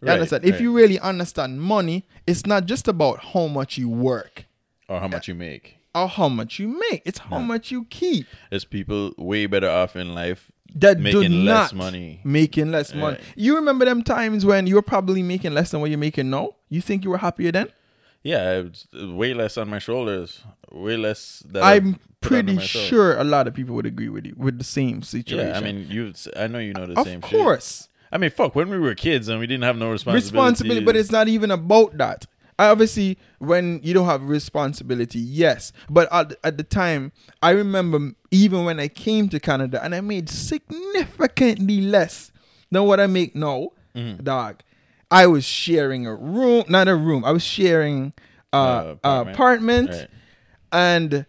[SPEAKER 3] you
[SPEAKER 4] Right,
[SPEAKER 3] understand if
[SPEAKER 4] right.
[SPEAKER 3] you really understand money it's not just about how much you work
[SPEAKER 4] Or how much you make.
[SPEAKER 3] or how much you make it's how much you keep
[SPEAKER 4] There's people way better off in life
[SPEAKER 3] that
[SPEAKER 4] making
[SPEAKER 3] do not
[SPEAKER 4] less money.
[SPEAKER 3] making less money. You remember them times when you were probably making less than what you're making now? You think you were happier then?
[SPEAKER 4] Yeah, it's way less on my shoulders. Way less. That I've
[SPEAKER 3] I'm
[SPEAKER 4] put onto
[SPEAKER 3] pretty
[SPEAKER 4] myself.
[SPEAKER 3] sure a lot of people would agree with you with the same situation.
[SPEAKER 4] Yeah, I mean, you. I know you know the
[SPEAKER 3] of
[SPEAKER 4] same. shit.
[SPEAKER 3] course,
[SPEAKER 4] I mean, fuck. When we were kids and we didn't have no responsibility.
[SPEAKER 3] responsibility, but it's not even about that. I obviously, when you don't have responsibility, yes, but at, at the time, I remember m- even when I came to Canada and I made significantly less than what I make now,
[SPEAKER 4] Mm-hmm.
[SPEAKER 3] dog. I was sharing a room, not a room. I was sharing uh,
[SPEAKER 4] apartment.
[SPEAKER 3] apartment,
[SPEAKER 4] Right.
[SPEAKER 3] and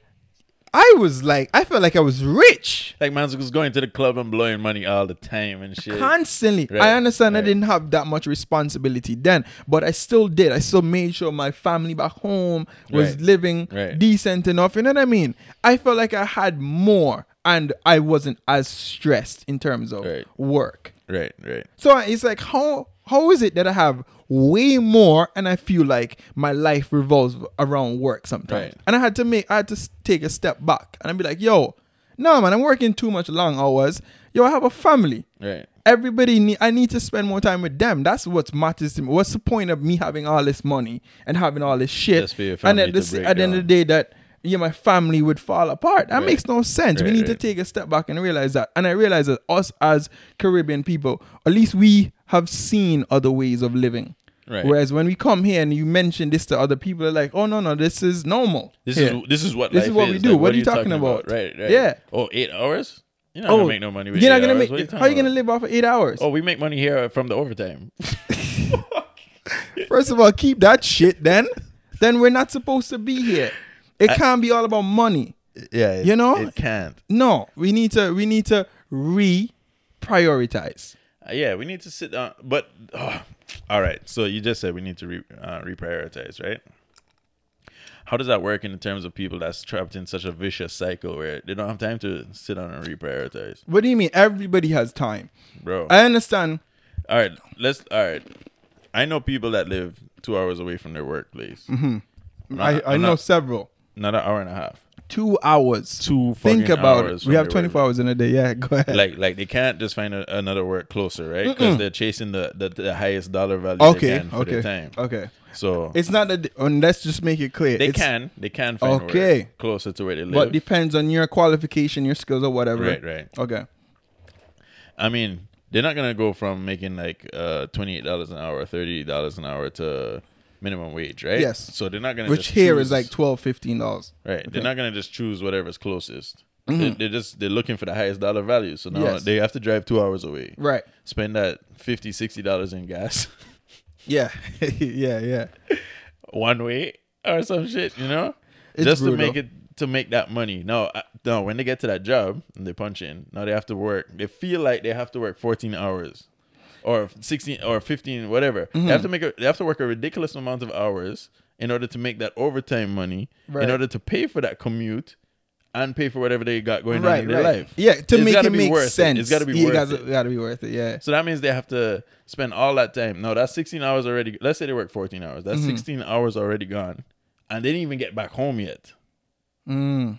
[SPEAKER 3] I was like, I felt like I was rich.
[SPEAKER 4] like man's was going to the club and blowing money all the time and shit.
[SPEAKER 3] Constantly.
[SPEAKER 4] Right,
[SPEAKER 3] I understand
[SPEAKER 4] right.
[SPEAKER 3] I didn't have that much responsibility then, but I still did. I still made sure my family back home was
[SPEAKER 4] Right,
[SPEAKER 3] living
[SPEAKER 4] right.
[SPEAKER 3] decent enough. You know what I mean? I felt like I had more. and I wasn't as stressed in terms of
[SPEAKER 4] Right.
[SPEAKER 3] work.
[SPEAKER 4] Right, right.
[SPEAKER 3] So it's like how how is it that I have way more and I feel like my life revolves around work sometimes.
[SPEAKER 4] Right.
[SPEAKER 3] And I had to make I had to s- take a step back and I'd be like, yo, no man, I'm working too much long hours. Yo, I have a family.
[SPEAKER 4] Right.
[SPEAKER 3] Everybody need I need to spend more time with them. That's what matters to me. What's the point of me having all this money and having all this shit?
[SPEAKER 4] Just for your
[SPEAKER 3] and
[SPEAKER 4] family
[SPEAKER 3] at
[SPEAKER 4] to
[SPEAKER 3] the, s-
[SPEAKER 4] break
[SPEAKER 3] at the end of the
[SPEAKER 4] down.
[SPEAKER 3] day that yeah, my family would fall apart. That
[SPEAKER 4] Right.
[SPEAKER 3] makes no sense. we
[SPEAKER 4] Right,
[SPEAKER 3] need to
[SPEAKER 4] right.
[SPEAKER 3] take a step back and realize that. And I realize that us as Caribbean people, at least we have seen other ways of living.
[SPEAKER 4] Right.
[SPEAKER 3] Whereas when we come here and you mention this to other people, they're like, "Oh no, no, this is normal."
[SPEAKER 4] This
[SPEAKER 3] here."
[SPEAKER 4] is this is what
[SPEAKER 3] This is
[SPEAKER 4] life
[SPEAKER 3] what we do.
[SPEAKER 4] Like,
[SPEAKER 3] What are you talking about?
[SPEAKER 4] Right, right.
[SPEAKER 3] Yeah. Oh,
[SPEAKER 4] Oh, eight hours? You're not gonna make no money. With
[SPEAKER 3] you're
[SPEAKER 4] eight
[SPEAKER 3] not gonna
[SPEAKER 4] hours. What
[SPEAKER 3] make.
[SPEAKER 4] talking
[SPEAKER 3] How are you gonna
[SPEAKER 4] about?
[SPEAKER 3] live off of eight hours?
[SPEAKER 4] Oh, we make money here from the overtime.
[SPEAKER 3] First of all, keep that shit. Then, then we're not supposed to be here. It can't be all about money.
[SPEAKER 4] yeah,
[SPEAKER 3] You know?
[SPEAKER 4] it can't.
[SPEAKER 3] No, we need to. We need to re-prioritize.
[SPEAKER 4] Uh, yeah, we need to sit down. But oh, all right, so you just said we need to re, uh, reprioritize, right? How does that work in terms of people that's trapped in such a vicious cycle where they don't have time to sit down and reprioritize,
[SPEAKER 3] What do you mean? Everybody has time.
[SPEAKER 4] bro?
[SPEAKER 3] I understand.
[SPEAKER 4] all right, let's. All right, I know people that live two hours away from their workplace,
[SPEAKER 3] Mm-hmm. I, I
[SPEAKER 4] I'm
[SPEAKER 3] know
[SPEAKER 4] not-
[SPEAKER 3] several.
[SPEAKER 4] not an hour and a half.
[SPEAKER 3] Two hours.
[SPEAKER 4] Two
[SPEAKER 3] Think
[SPEAKER 4] fucking
[SPEAKER 3] about
[SPEAKER 4] hours
[SPEAKER 3] it. We
[SPEAKER 4] from
[SPEAKER 3] have
[SPEAKER 4] your
[SPEAKER 3] 24 hours in a day. Yeah, go ahead.
[SPEAKER 4] Like, like they can't just find a, another work closer, right? Because they're chasing the, the the highest dollar value they
[SPEAKER 3] okay,
[SPEAKER 4] can for
[SPEAKER 3] okay,
[SPEAKER 4] their time.
[SPEAKER 3] okay.
[SPEAKER 4] So
[SPEAKER 3] It's not that. And let's just make it clear.
[SPEAKER 4] They
[SPEAKER 3] It's-
[SPEAKER 4] can. They can find okay.
[SPEAKER 3] Okay.
[SPEAKER 4] work closer to where they live.
[SPEAKER 3] but depends on your qualification, your skills, or whatever.
[SPEAKER 4] Right, right.
[SPEAKER 3] Okay.
[SPEAKER 4] I mean, they're not gonna go from making like uh twenty eight dollars an hour, thirty dollars an hour to minimum wage, right?
[SPEAKER 3] Yes.
[SPEAKER 4] So they're not gonna
[SPEAKER 3] Which
[SPEAKER 4] just
[SPEAKER 3] here
[SPEAKER 4] choose,
[SPEAKER 3] is like 12 dollars.
[SPEAKER 4] right. They're not gonna just choose whatever's closest. They, they're just they're looking for the highest dollar value. So now
[SPEAKER 3] Yes.
[SPEAKER 4] they have to drive two hours away.
[SPEAKER 3] Right.
[SPEAKER 4] Spend that fifty, sixty dollars in gas
[SPEAKER 3] Yeah, yeah, yeah.
[SPEAKER 4] one way or some shit, you know?
[SPEAKER 3] It's
[SPEAKER 4] just to
[SPEAKER 3] brutal.
[SPEAKER 4] make it to make that money. No, I- no, when they get to that job and they punch in, now they have to work. They feel like they have to work 14 hours or 16 or 15 whatever.
[SPEAKER 3] Mm-hmm.
[SPEAKER 4] They have to make a, they have to work a ridiculous amount of hours in order to make that overtime money
[SPEAKER 3] Right.
[SPEAKER 4] in order to pay for that commute and pay for whatever they got going on
[SPEAKER 3] Right,
[SPEAKER 4] in their
[SPEAKER 3] right.
[SPEAKER 4] life.
[SPEAKER 3] Yeah, to
[SPEAKER 4] It's
[SPEAKER 3] make
[SPEAKER 4] gotta
[SPEAKER 3] it
[SPEAKER 4] be
[SPEAKER 3] make
[SPEAKER 4] worth
[SPEAKER 3] sense.
[SPEAKER 4] It's got to be
[SPEAKER 3] yeah,
[SPEAKER 4] worth
[SPEAKER 3] gotta,
[SPEAKER 4] it.
[SPEAKER 3] gotta be worth it. Yeah.
[SPEAKER 4] So that means they have to spend all that time. No, that's 16 hours already. Let's say they work 14 hours. That's
[SPEAKER 3] Mm-hmm.
[SPEAKER 4] 16 hours already gone. And they didn't even get back home yet.
[SPEAKER 3] Mm.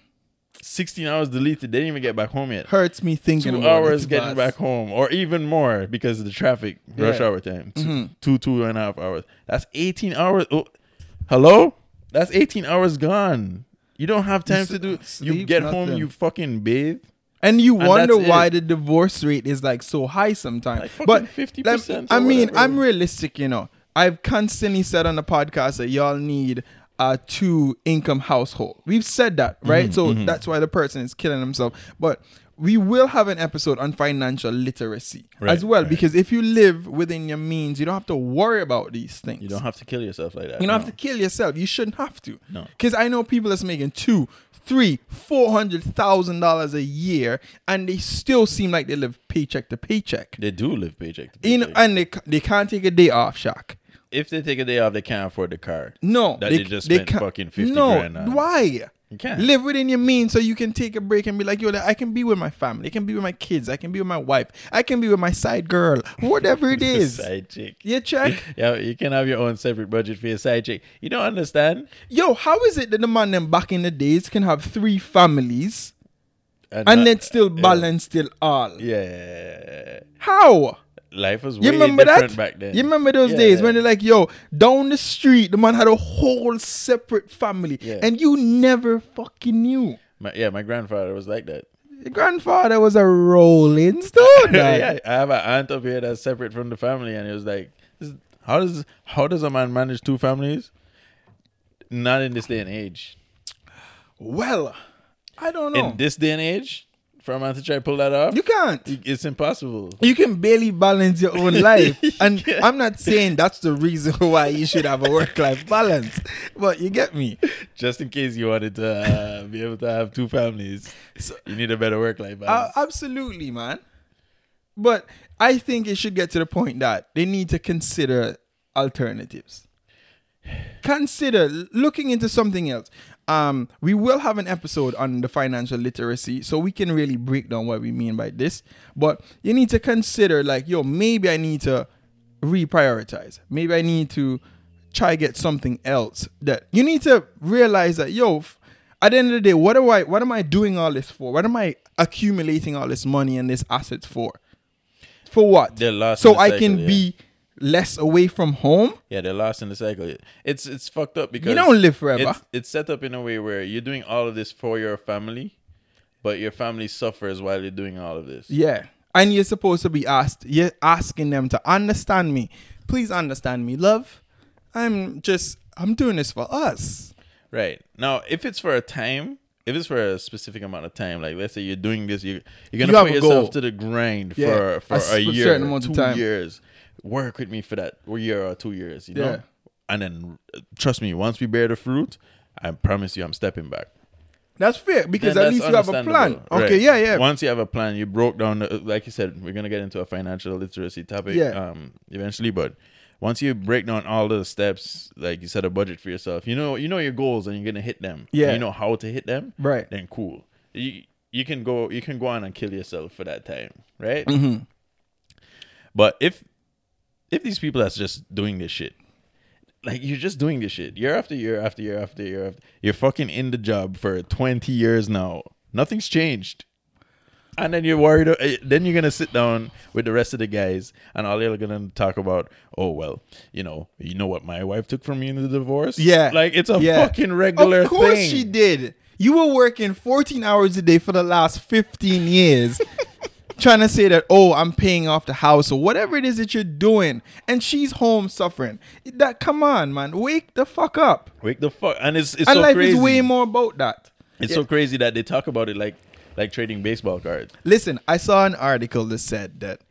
[SPEAKER 4] 16 hours deleted. They didn't even get back home yet.
[SPEAKER 3] Hurts me thinking.
[SPEAKER 4] Two
[SPEAKER 3] about it.
[SPEAKER 4] hours
[SPEAKER 3] It's
[SPEAKER 4] getting
[SPEAKER 3] bad.
[SPEAKER 4] back home, or even more because of the traffic, rush
[SPEAKER 3] Yeah. Mm-hmm.
[SPEAKER 4] hour time. Two, two, two and a half hours. That's 18 hours. Oh, hello? That's 18 hours gone. You don't have time
[SPEAKER 3] s-
[SPEAKER 4] to do. you
[SPEAKER 3] sleep,
[SPEAKER 4] get home,
[SPEAKER 3] nothing.
[SPEAKER 4] you fucking bathe.
[SPEAKER 3] And you
[SPEAKER 4] And
[SPEAKER 3] wonder
[SPEAKER 4] that's
[SPEAKER 3] why
[SPEAKER 4] it.
[SPEAKER 3] the divorce rate is like so high sometimes.
[SPEAKER 4] Like fucking
[SPEAKER 3] but
[SPEAKER 4] 50%
[SPEAKER 3] I
[SPEAKER 4] or
[SPEAKER 3] mean,
[SPEAKER 4] whatever.
[SPEAKER 3] I'm realistic, you know. I've constantly said on the podcast that y'all need a two income household. We've said that,
[SPEAKER 4] Mm-hmm,
[SPEAKER 3] right? so that's why the person is killing himself. But we will have an episode on financial literacy
[SPEAKER 4] Right,
[SPEAKER 3] as well,
[SPEAKER 4] right.
[SPEAKER 3] because if you live within your means, you don't have to worry about these things.
[SPEAKER 4] You don't have to kill yourself like that.
[SPEAKER 3] You don't
[SPEAKER 4] no.
[SPEAKER 3] have to kill yourself. You shouldn't have to.
[SPEAKER 4] No.
[SPEAKER 3] Because I know people that's making two, three, four hundred thousand dollars a year, and they still seem like they live paycheck to paycheck.
[SPEAKER 4] They do live paycheck to
[SPEAKER 3] You know,
[SPEAKER 4] paycheck.
[SPEAKER 3] and they ca- they can't take a day off, shock.
[SPEAKER 4] if they take a day off, they can't afford the car.
[SPEAKER 3] No,
[SPEAKER 4] that they,
[SPEAKER 3] c-
[SPEAKER 4] just
[SPEAKER 3] they
[SPEAKER 4] spent
[SPEAKER 3] can't-
[SPEAKER 4] fucking fifty
[SPEAKER 3] no,
[SPEAKER 4] grand on.
[SPEAKER 3] Why?
[SPEAKER 4] You can't.
[SPEAKER 3] Live within your means so you can take a break and be like, yo, I can be with my family. I can be with my kids. I can be with my wife. I can be with my side girl. Whatever it
[SPEAKER 4] Your
[SPEAKER 3] is.
[SPEAKER 4] side chick.
[SPEAKER 3] You check?
[SPEAKER 4] Yeah, you can have your own separate budget for your side chick. You don't understand.
[SPEAKER 3] Yo, how is it that the man them back in the days can have three families and
[SPEAKER 4] not-
[SPEAKER 3] then still balance still all?
[SPEAKER 4] Yeah, yeah, yeah, yeah.
[SPEAKER 3] How?
[SPEAKER 4] life was way
[SPEAKER 3] You remember
[SPEAKER 4] different
[SPEAKER 3] that?
[SPEAKER 4] back then.
[SPEAKER 3] You remember those
[SPEAKER 4] Yeah,
[SPEAKER 3] days
[SPEAKER 4] yeah.
[SPEAKER 3] when they're like, yo, down the street, the man had a whole separate family
[SPEAKER 4] Yeah.
[SPEAKER 3] and you never fucking knew.
[SPEAKER 4] My, yeah, my grandfather was like that.
[SPEAKER 3] Your grandfather was a rolling stone.
[SPEAKER 4] yeah,
[SPEAKER 3] dog.
[SPEAKER 4] I have an aunt up here that's separate from the family, and it was like, this- how does how does a man manage two families? Not in this day and age.
[SPEAKER 3] Well, I don't know.
[SPEAKER 4] In this day and age, for a man to try to pull that off,
[SPEAKER 3] you can't.
[SPEAKER 4] it's impossible.
[SPEAKER 3] you can barely balance your own life. And I'm not saying that's the reason why you should have a work life balance, but you get me.
[SPEAKER 4] just in case you wanted to uh, be able to have two families, you need a better work life
[SPEAKER 3] Uh,
[SPEAKER 4] balance.
[SPEAKER 3] absolutely, man. But I think it should get to the point that they need to consider alternatives. Consider looking into something else. Um, we will have an episode on the financial literacy, so we can really break down what we mean by this. But you need to consider, like, yo, maybe I need to reprioritize. Maybe I need to try get something else. That you need to realize that, yo, f- at the end of the day, what do I, what am I doing all this for? What am I accumulating all this money and this assets for? For what?
[SPEAKER 4] They're lost in
[SPEAKER 3] so
[SPEAKER 4] the
[SPEAKER 3] I
[SPEAKER 4] cycle,
[SPEAKER 3] can
[SPEAKER 4] yeah.
[SPEAKER 3] be less away from home.
[SPEAKER 4] Yeah, they're lost in the cycle. It's it's fucked up because
[SPEAKER 3] don't live forever.
[SPEAKER 4] It's, it's set up in a way where you're doing all of this for your family, but your family suffers while you're doing all of this.
[SPEAKER 3] Yeah. And you're supposed to be asked, you're asking them to understand me. Please understand me, love. I'm just, I'm doing this for us.
[SPEAKER 4] Right. Now, if it's for a time, if it's for a specific amount of time, like let's say you're doing this, you you're
[SPEAKER 3] You
[SPEAKER 4] gonna
[SPEAKER 3] have
[SPEAKER 4] put
[SPEAKER 3] a
[SPEAKER 4] yourself
[SPEAKER 3] goal.
[SPEAKER 4] to the grind for
[SPEAKER 3] Yeah,
[SPEAKER 4] for
[SPEAKER 3] a
[SPEAKER 4] a,
[SPEAKER 3] s-
[SPEAKER 4] year,
[SPEAKER 3] certain amount
[SPEAKER 4] two
[SPEAKER 3] of time.
[SPEAKER 4] years. Work with me for that or year or two years, you
[SPEAKER 3] Yeah.
[SPEAKER 4] know. And then, uh, trust me, once we bear the fruit, I promise you, I'm stepping back.
[SPEAKER 3] That's fair because
[SPEAKER 4] Then
[SPEAKER 3] at
[SPEAKER 4] that's
[SPEAKER 3] least you have a plan.
[SPEAKER 4] understandable.
[SPEAKER 3] Okay,
[SPEAKER 4] Right.
[SPEAKER 3] yeah, yeah.
[SPEAKER 4] Once you have a plan, you broke down. The, like you said, we're gonna get into a financial literacy topic
[SPEAKER 3] Yeah.
[SPEAKER 4] um, eventually, but once you break down all the steps, like you set a budget for yourself, you know, you know your goals, and you're gonna hit them. and
[SPEAKER 3] Yeah.
[SPEAKER 4] you know how to hit them.
[SPEAKER 3] Right.
[SPEAKER 4] Then cool. You you can go you can go on and kill yourself for that time, right?
[SPEAKER 3] Mm-hmm.
[SPEAKER 4] But if if these people that's just doing this shit, like you're just doing this shit year after year after year after year after you're fucking in the job for 20 years now. Nothing's changed. And then you're worried. eh, Then you're gonna sit down with the rest of the guys, and all they're gonna talk about. Oh well, you know, you know what my wife took from me in the divorce.
[SPEAKER 3] Yeah.
[SPEAKER 4] like it's a
[SPEAKER 3] yeah.
[SPEAKER 4] fucking regular.
[SPEAKER 3] Of course
[SPEAKER 4] thing.
[SPEAKER 3] she did. You were working 14 hours a day for the last 15 years. Trying to say that, oh, I'm paying off the house or whatever it is that you're doing, and she's home suffering. That come on, man, wake the fuck up.
[SPEAKER 4] Wake the fuck! And it's it's
[SPEAKER 3] and
[SPEAKER 4] so
[SPEAKER 3] life
[SPEAKER 4] crazy.
[SPEAKER 3] is way more about that.
[SPEAKER 4] It's so crazy that they talk about it like like trading baseball cards.
[SPEAKER 3] Listen, I saw an article that said that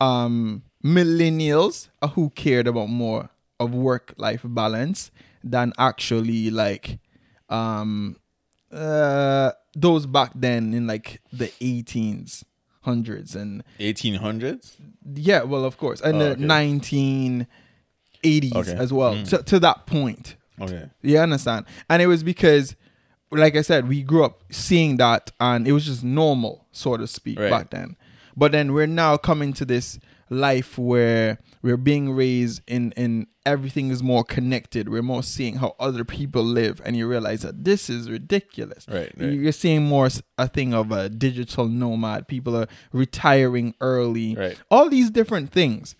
[SPEAKER 3] um, millennials are who cared about more of work life balance than actually like um, uh, those back then in like the 18s, hundreds, and
[SPEAKER 4] Eighteen hundreds.
[SPEAKER 3] yeah, well, of course, and the
[SPEAKER 4] Oh, okay.
[SPEAKER 3] 1980s
[SPEAKER 4] Okay. Mm.
[SPEAKER 3] as well. To, to that point,
[SPEAKER 4] Okay.
[SPEAKER 3] you understand? And it was because, like I said, we grew up seeing that and it was just normal, so to speak,
[SPEAKER 4] Right.
[SPEAKER 3] back then. But then we're now coming to this life where we're being raised in in everything is more connected. We're more seeing how other people live and you realize that this is ridiculous.
[SPEAKER 4] Right, right.
[SPEAKER 3] You're seeing more s- a thing of a digital nomad. People are retiring early.
[SPEAKER 4] Right.
[SPEAKER 3] All these different things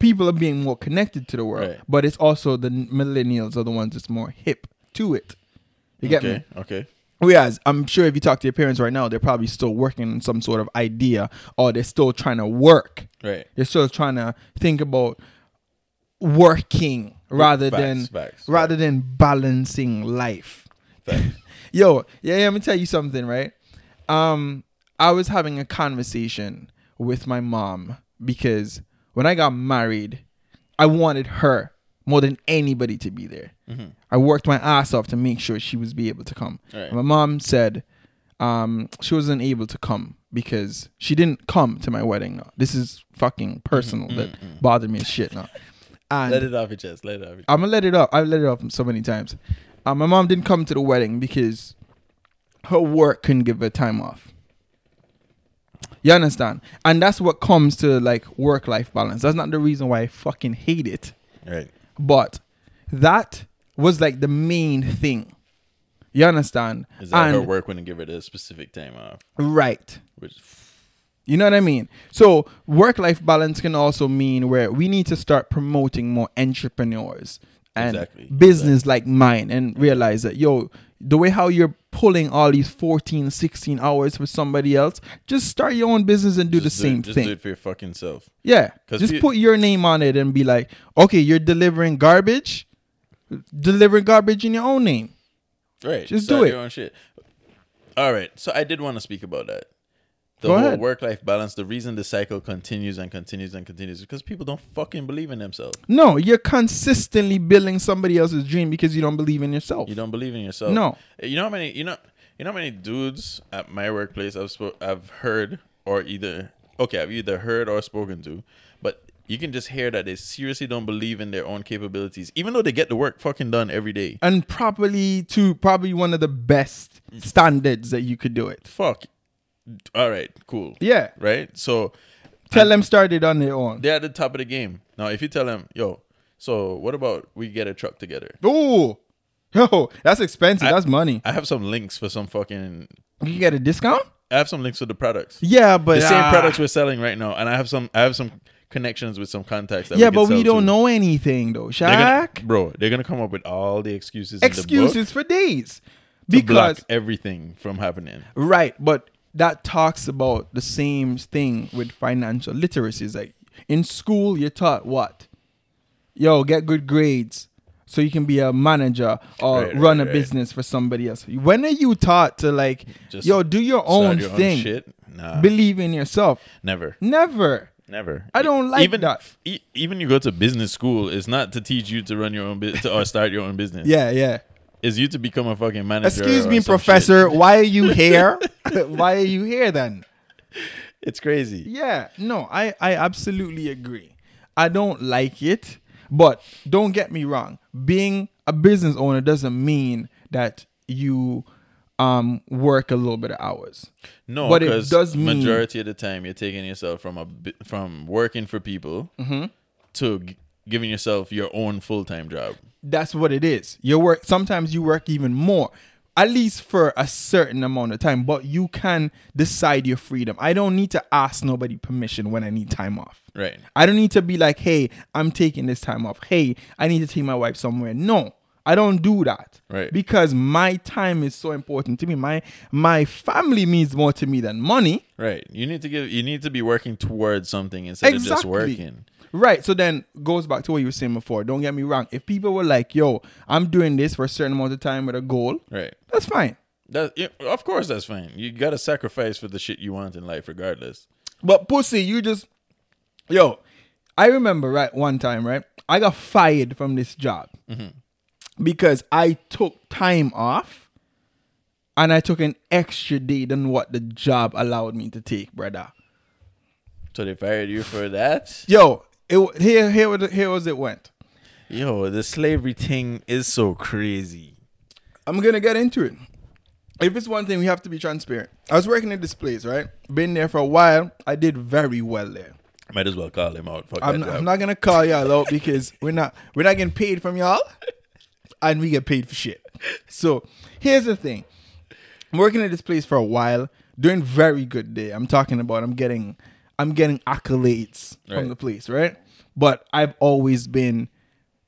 [SPEAKER 3] people are being more connected to the world,
[SPEAKER 4] Right.
[SPEAKER 3] but it's also the n- millennials are the ones that's more hip to it. You get
[SPEAKER 4] Okay.
[SPEAKER 3] me?
[SPEAKER 4] Okay.
[SPEAKER 3] Whereas I'm sure if you talk to your parents right now, they're probably still working on some sort of idea or they're still trying to work.
[SPEAKER 4] Right.
[SPEAKER 3] They're still trying to think about working rather
[SPEAKER 4] Facts,
[SPEAKER 3] than
[SPEAKER 4] facts,
[SPEAKER 3] rather than balancing life.
[SPEAKER 4] Facts.
[SPEAKER 3] Yo, yeah, yeah, let me tell you something, right? Um, I was having a conversation with my mom because when I got married, I wanted her more than anybody to be there.
[SPEAKER 4] Mm-hmm.
[SPEAKER 3] I worked my ass off to make sure she was be able to come.
[SPEAKER 4] Right.
[SPEAKER 3] My mom said um, she wasn't able to come because she didn't come to my wedding. Now. This is
[SPEAKER 4] Mm-hmm,
[SPEAKER 3] fucking personal that bothered me as shit now. And
[SPEAKER 4] Let mm-hmm. it off your chest. Let it off your chest.
[SPEAKER 3] I'm gonna let it up. I've let it up so many times. Uh, my mom didn't come to the wedding because her work couldn't give her time off. You understand? And that's what comes to like work life balance. That's not the reason why I fucking hate it.
[SPEAKER 4] Right.
[SPEAKER 3] But that was like the main thing. You understand?
[SPEAKER 4] Is that her
[SPEAKER 3] And-
[SPEAKER 4] work wouldn't give her the specific time off?
[SPEAKER 3] Right.
[SPEAKER 4] Which
[SPEAKER 3] You know what I mean? So work life balance can also mean where we need to start promoting more entrepreneurs and
[SPEAKER 4] Exactly,
[SPEAKER 3] business like mine and realize that yo, the way how you're pulling all these 14, 16 hours for somebody else, just start your own business and do
[SPEAKER 4] just
[SPEAKER 3] the same
[SPEAKER 4] do, just
[SPEAKER 3] thing.
[SPEAKER 4] do it for your fucking self.
[SPEAKER 3] Yeah.
[SPEAKER 4] 'Cause
[SPEAKER 3] Just
[SPEAKER 4] pe-
[SPEAKER 3] put your name on it and be like, okay, you're delivering garbage. Delivering garbage in your own name.
[SPEAKER 4] Right.
[SPEAKER 3] Just
[SPEAKER 4] start
[SPEAKER 3] do it.
[SPEAKER 4] Your own shit. All right. So I did want to speak about that. The
[SPEAKER 3] Go
[SPEAKER 4] whole
[SPEAKER 3] ahead.
[SPEAKER 4] work-life balance. The reason the cycle continues and continues and continues is because people don't fucking believe in themselves.
[SPEAKER 3] No, you're consistently building somebody else's dream because you don't believe in yourself.
[SPEAKER 4] You don't believe in yourself.
[SPEAKER 3] No.
[SPEAKER 4] You know how many you know you know how many dudes at my workplace I've spo- I've heard or either okay I've either heard or spoken to, but you can just hear that they seriously don't believe in their own capabilities, even though they get the work fucking done every day.
[SPEAKER 3] and probably to probably one of the best
[SPEAKER 4] Mm.
[SPEAKER 3] standards that you could do it.
[SPEAKER 4] Fuck. All right, cool.
[SPEAKER 3] Yeah.
[SPEAKER 4] Right? So
[SPEAKER 3] Tell them started on their own.
[SPEAKER 4] they're at the top of the game. Now, if you tell them, yo, so what about we get a truck together?
[SPEAKER 3] Ooh, yo, that's expensive. that's money.
[SPEAKER 4] I have some links for some fucking.
[SPEAKER 3] You can get a discount.
[SPEAKER 4] I have some links for the products.
[SPEAKER 3] Yeah, but
[SPEAKER 4] the same
[SPEAKER 3] ah,
[SPEAKER 4] products we're selling right now, and I have some. I have some connections with some contacts. That
[SPEAKER 3] Yeah,
[SPEAKER 4] we
[SPEAKER 3] but
[SPEAKER 4] could
[SPEAKER 3] we
[SPEAKER 4] sell
[SPEAKER 3] don't
[SPEAKER 4] to.
[SPEAKER 3] know anything though,
[SPEAKER 4] They're gonna-
[SPEAKER 3] Shaq.
[SPEAKER 4] bro. They're gonna come up with all the excuses. in the
[SPEAKER 3] Excuses
[SPEAKER 4] book
[SPEAKER 3] for days
[SPEAKER 4] to block
[SPEAKER 3] because
[SPEAKER 4] everything from happening.
[SPEAKER 3] Right, but that talks about the same thing with financial literacy. It's like in school, you're taught what? Yo, get good grades so you can be a manager or
[SPEAKER 4] Right, right,
[SPEAKER 3] run a
[SPEAKER 4] right.
[SPEAKER 3] business for somebody else. When are you taught to like,
[SPEAKER 4] Just
[SPEAKER 3] yo, do your
[SPEAKER 4] start
[SPEAKER 3] own
[SPEAKER 4] your own
[SPEAKER 3] thing,
[SPEAKER 4] shit? Nah.
[SPEAKER 3] believe in yourself?
[SPEAKER 4] Never.
[SPEAKER 3] Never.
[SPEAKER 4] Never.
[SPEAKER 3] I don't like
[SPEAKER 4] even,
[SPEAKER 3] that.
[SPEAKER 4] E- even you go to business school, it's not to teach you to run your own business or start your own business.
[SPEAKER 3] Yeah, yeah.
[SPEAKER 4] It's you to become a fucking manager.
[SPEAKER 3] Excuse
[SPEAKER 4] or
[SPEAKER 3] me,
[SPEAKER 4] some shit.
[SPEAKER 3] professor. Why are you here? why are you here then?
[SPEAKER 4] It's crazy.
[SPEAKER 3] Yeah, no, I, I absolutely agree. I don't like it, but don't get me wrong. Being a business owner doesn't mean that you um work a little bit of hours.
[SPEAKER 4] No,
[SPEAKER 3] But it
[SPEAKER 4] because
[SPEAKER 3] does mean-
[SPEAKER 4] majority of the time you're taking yourself from a bi- from working for people
[SPEAKER 3] Mm-hmm.
[SPEAKER 4] to g- giving yourself your own full time job.
[SPEAKER 3] That's what it is. You work sometimes you work even more. At least for a certain amount of time, but you can decide your freedom. I don't need to ask nobody permission when I need time off.
[SPEAKER 4] Right.
[SPEAKER 3] I don't need to be like, hey, I'm taking this time off. Hey, I need to take my wife somewhere. No, I don't do that.
[SPEAKER 4] Right.
[SPEAKER 3] Because my time is so important to me. My my family means more to me than money.
[SPEAKER 4] Right. You need to give. You need to be working towards something instead of just working.
[SPEAKER 3] Right. So then goes back to what you were saying before. Don't get me wrong. If people were like, yo, I'm doing this for a certain amount of time with a goal,
[SPEAKER 4] Right.
[SPEAKER 3] that's fine.
[SPEAKER 4] That yeah, of course that's fine. You gotta sacrifice for the shit you want in life, regardless.
[SPEAKER 3] But pussy, you just yo. I remember right one time, right? I got fired from this job because I took time off and I took an extra day than what the job allowed me to take, brother.
[SPEAKER 4] So they fired you for that.
[SPEAKER 3] Yo, it wa- here here was here was it went.
[SPEAKER 4] Yo, the slavery thing is so crazy.
[SPEAKER 3] I'm gonna get into it. If it's one thing, we have to be transparent. I was working at this place, right? Been there for a while. I did very well there.
[SPEAKER 4] Might as well call him out. Fuck
[SPEAKER 3] I'm
[SPEAKER 4] that
[SPEAKER 3] not,
[SPEAKER 4] job.
[SPEAKER 3] I'm not gonna call y'all out because we're not we're not getting paid from y'all, and we get paid for shit. So here's the thing: I'm working at this place for a while, doing very good day. I'm talking about I'm getting I'm getting accolades
[SPEAKER 4] Right.
[SPEAKER 3] from the place, right? But I've always been,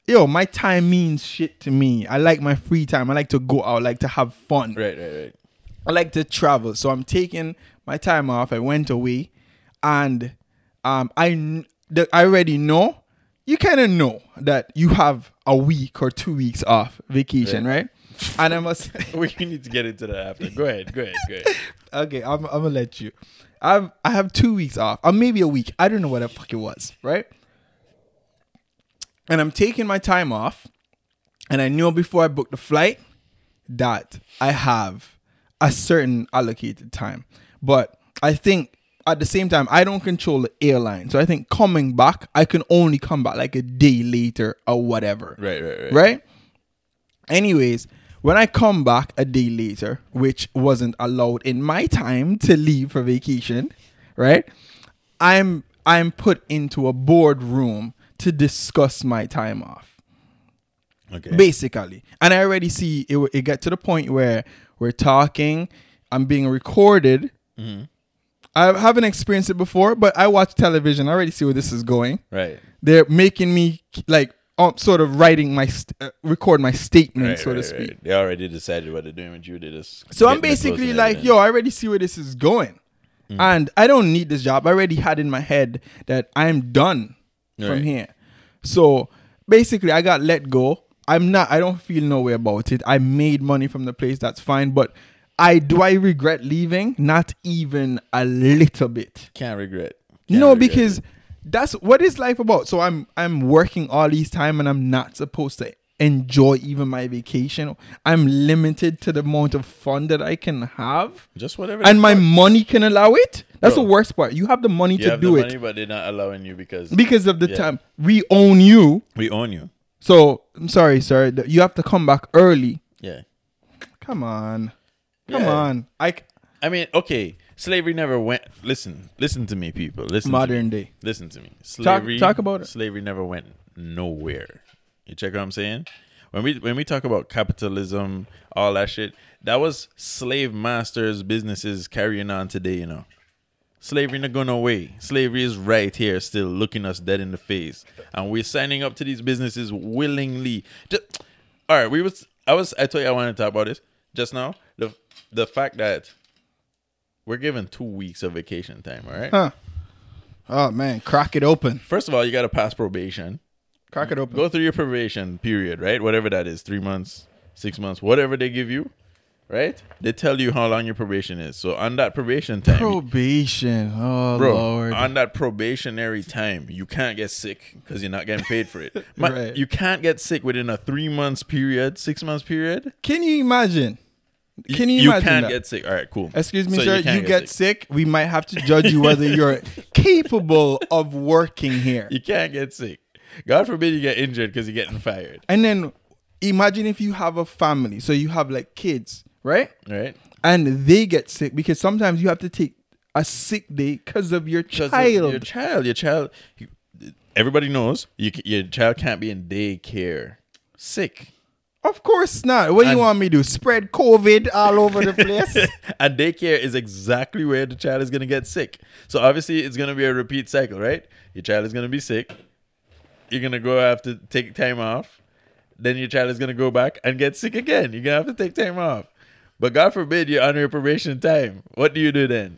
[SPEAKER 3] yo, my time means shit to me. I like my free time. I like to go out. I like to have fun.
[SPEAKER 4] Right, right, right.
[SPEAKER 3] I like to travel, so I'm taking my time off. I went away, and um, I kn- the, I already know. You kind of know that you have a week or two weeks off vacation, right? And I must.
[SPEAKER 4] We need to get into that after. Go ahead, go ahead, go ahead.
[SPEAKER 3] okay, I'm, I'm gonna let you. I've I have two weeks off, or maybe a week. I don't know what the fuck it was, right? And I'm taking my time off, and I knew before I booked the flight that I have a certain allocated time. But I think at the same time, I don't control the airline, so I think coming back, I can only come back like a day later or whatever.
[SPEAKER 4] Right, right, right.
[SPEAKER 3] Right. Anyways, when I come back a day later, which wasn't allowed in my time to leave for vacation, right? I'm I'm put into a boardroom to discuss my time off
[SPEAKER 4] Okay.
[SPEAKER 3] basically. And I already see it. It got to the point where we're talking. I'm being recorded. I haven't experienced it before, but I watch television. I already see where this is going.
[SPEAKER 4] Right.
[SPEAKER 3] They're making me like um, sort of writing my st- uh, record my statement,
[SPEAKER 4] Right,
[SPEAKER 3] so
[SPEAKER 4] right,
[SPEAKER 3] to speak.
[SPEAKER 4] right. They already decided what they're doing with you. They just
[SPEAKER 3] So
[SPEAKER 4] getting
[SPEAKER 3] I'm
[SPEAKER 4] the clothes
[SPEAKER 3] basically
[SPEAKER 4] and
[SPEAKER 3] like,
[SPEAKER 4] everything.
[SPEAKER 3] yo, I already see where this is going.
[SPEAKER 4] Mm.
[SPEAKER 3] And I don't need this job. I already had in my head that I'm done
[SPEAKER 4] Right.
[SPEAKER 3] from here. So basically, I got let go. I'm not, I don't feel no way about it. I made money from the place. That's fine. But I do I regret leaving? Not even a little bit
[SPEAKER 4] can't regret. Can't
[SPEAKER 3] no
[SPEAKER 4] regret
[SPEAKER 3] because
[SPEAKER 4] it.
[SPEAKER 3] that's what is life about so i'm i'm working all these time and i'm not supposed to enjoy even my vacation i'm limited to the amount of fun that i can have
[SPEAKER 4] just whatever.
[SPEAKER 3] and
[SPEAKER 4] the
[SPEAKER 3] my
[SPEAKER 4] fuck-
[SPEAKER 3] money can allow it That's
[SPEAKER 4] Bro.
[SPEAKER 3] the worst part. You have the money
[SPEAKER 4] You
[SPEAKER 3] to
[SPEAKER 4] have
[SPEAKER 3] do
[SPEAKER 4] the
[SPEAKER 3] it
[SPEAKER 4] money, but they're not allowing you because
[SPEAKER 3] because of the
[SPEAKER 4] Yeah.
[SPEAKER 3] time we own you.
[SPEAKER 4] we own you.
[SPEAKER 3] So I'm sorry, sir. th- You have to come back early.
[SPEAKER 4] Yeah.
[SPEAKER 3] Come on, come
[SPEAKER 4] Yeah.
[SPEAKER 3] on. Like
[SPEAKER 4] I mean, okay, slavery never went. Listen, listen to me, people. Listen,
[SPEAKER 3] Modern
[SPEAKER 4] to me.
[SPEAKER 3] day.
[SPEAKER 4] Listen to me. Slavery.
[SPEAKER 3] talk about it.
[SPEAKER 4] Slavery never went nowhere. You check what I'm saying? When we when we talk about capitalism, all that shit, that was slave masters' businesses carrying on today. You know, slavery not going away. Slavery is right here, still looking us dead in the face, and we're signing up to these businesses willingly. Just, all right, we was. I was. I told you I wanted to talk about this just now. The the fact that we're given two weeks of vacation time, all right?
[SPEAKER 3] Huh. oh man, crack it open.
[SPEAKER 4] First of all, you got to pass probation.
[SPEAKER 3] Crack it open.
[SPEAKER 4] Go through your probation period, right? Whatever that is, three months, six months, whatever they give you, right? They tell you how long your probation is. So on that probation time,
[SPEAKER 3] Probation. Oh
[SPEAKER 4] bro,
[SPEAKER 3] lord.
[SPEAKER 4] on that probationary time, you can't get sick because you're not getting paid for it. My-
[SPEAKER 3] Right.
[SPEAKER 4] You can't get sick within a three months period, six months period.
[SPEAKER 3] Can you imagine? Can you,
[SPEAKER 4] You
[SPEAKER 3] imagine
[SPEAKER 4] can't
[SPEAKER 3] that?
[SPEAKER 4] get sick. All right, cool.
[SPEAKER 3] Excuse me,
[SPEAKER 4] So
[SPEAKER 3] sir. You,
[SPEAKER 4] can't
[SPEAKER 3] get sick. We might have to judge you whether you're capable of working here.
[SPEAKER 4] You can't get sick. God forbid you get injured because you're getting fired,
[SPEAKER 3] And then imagine if you have a family. So you have like kids, right?
[SPEAKER 4] right?
[SPEAKER 3] And they get sick because sometimes you have to take a sick day because of your child.
[SPEAKER 4] because of Your child. Your child. Everybody knows you, c- your child can't be in daycare. Sick.
[SPEAKER 3] of course not. What do you
[SPEAKER 4] And-
[SPEAKER 3] want me to do? Spread COVID all over the place?
[SPEAKER 4] and daycare is exactly where the child is going to get sick. So obviously, it's going to be a repeat cycle, right? Your child is going to be sick. You're going to go have to take time off. Then your child is going to go back and get sick again. You're going to have to take time off. But God forbid you're on your probation time. What do you do then?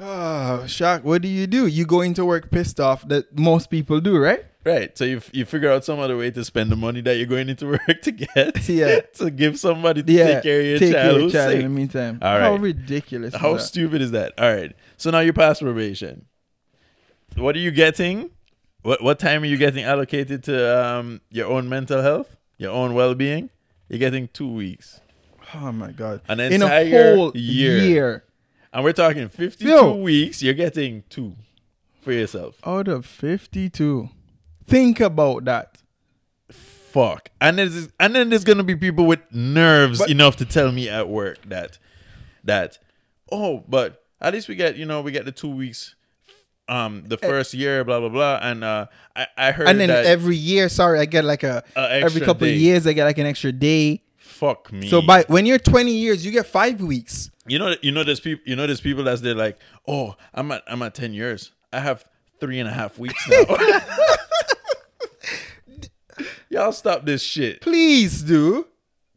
[SPEAKER 3] oh, shock. What do you do? You go into work pissed off that most people do, right?
[SPEAKER 4] Right. So you, f- you figure out some other way to spend the money that you're going into work to get.
[SPEAKER 3] Yeah.
[SPEAKER 4] to give somebody to
[SPEAKER 3] Yeah.
[SPEAKER 4] take care of your
[SPEAKER 3] take
[SPEAKER 4] child.
[SPEAKER 3] care of your
[SPEAKER 4] who's
[SPEAKER 3] child in
[SPEAKER 4] sick.
[SPEAKER 3] the meantime.
[SPEAKER 4] All right.
[SPEAKER 3] How ridiculous. is
[SPEAKER 4] How
[SPEAKER 3] that?
[SPEAKER 4] stupid is that? All right. So now you pass probation. What are you getting? What what time are you getting allocated to um, your own mental health, your own well being? You're getting two weeks,
[SPEAKER 3] Oh my god!
[SPEAKER 4] An
[SPEAKER 3] In a
[SPEAKER 4] entire
[SPEAKER 3] whole
[SPEAKER 4] year. and we're talking fifty-two
[SPEAKER 3] Yo.
[SPEAKER 4] weeks. You're getting two for yourself.
[SPEAKER 3] out of fifty-two, think about that.
[SPEAKER 4] Fuck. And there's and then there's gonna be people with nerves
[SPEAKER 3] But-
[SPEAKER 4] enough to tell me at work that that oh, but at least we get you know we get the two weeks. Um, the first year, blah blah blah, and uh, I I heard
[SPEAKER 3] Eh. And then
[SPEAKER 4] that
[SPEAKER 3] every year, sorry, I get like a,
[SPEAKER 4] A
[SPEAKER 3] every
[SPEAKER 4] extra
[SPEAKER 3] couple
[SPEAKER 4] day. Mm.
[SPEAKER 3] of years I get like an extra day.
[SPEAKER 4] Fuck me.
[SPEAKER 3] So by when you're twenty years, you get five weeks.
[SPEAKER 4] you know you know there's people you know there's people that's they're like, oh, I'm at I'm at ten years. I have three and a half weeks now. Y'all stop this shit.
[SPEAKER 3] Please do,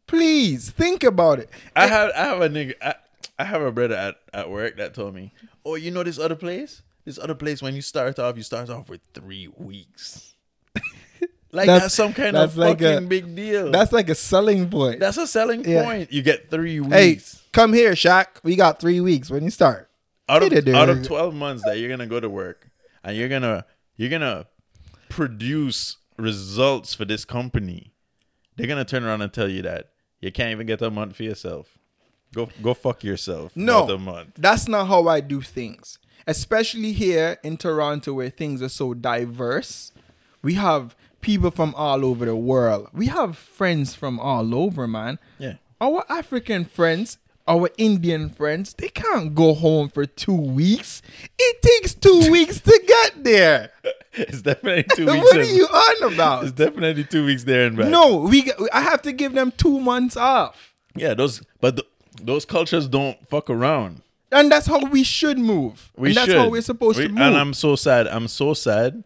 [SPEAKER 3] please think about it.
[SPEAKER 4] I have I have a nigga I, I have a brother at, at work that told me, oh, you know this other place? This other place when you start off, you start off with three weeks. like that's, some kind
[SPEAKER 3] that's
[SPEAKER 4] of
[SPEAKER 3] like a-
[SPEAKER 4] fucking big deal.
[SPEAKER 3] That's like a selling point.
[SPEAKER 4] that's a selling
[SPEAKER 3] Yeah.
[SPEAKER 4] point. You get three weeks.
[SPEAKER 3] hey, come here, Shaq. We got three weeks when you start.
[SPEAKER 4] out of,
[SPEAKER 3] Did it,
[SPEAKER 4] out of
[SPEAKER 3] dude.
[SPEAKER 4] 12 months that you're gonna go to work and you're gonna you're gonna produce results for this company they're gonna turn around and tell you that you can't even get a month for yourself go go fuck yourself
[SPEAKER 3] No,
[SPEAKER 4] not a month
[SPEAKER 3] that's not how I do things. Especially here in Toronto, where things are so diverse. We have people from all over the world. We have friends from all over, man.
[SPEAKER 4] Yeah.
[SPEAKER 3] Our African friends, our Indian friends, they can't go home for two weeks. It takes two weeks to get there.
[SPEAKER 4] it's definitely two weeks
[SPEAKER 3] what are
[SPEAKER 4] in.
[SPEAKER 3] you on
[SPEAKER 4] it's
[SPEAKER 3] about?
[SPEAKER 4] definitely two weeks there and back
[SPEAKER 3] No, we. g- I have to give them two months off,
[SPEAKER 4] yeah those but th- those cultures don't fuck around
[SPEAKER 3] and that's how we should move.
[SPEAKER 4] we
[SPEAKER 3] and that's
[SPEAKER 4] should.
[SPEAKER 3] how we're supposed
[SPEAKER 4] We-
[SPEAKER 3] to move.
[SPEAKER 4] And I'm so sad. I'm so sad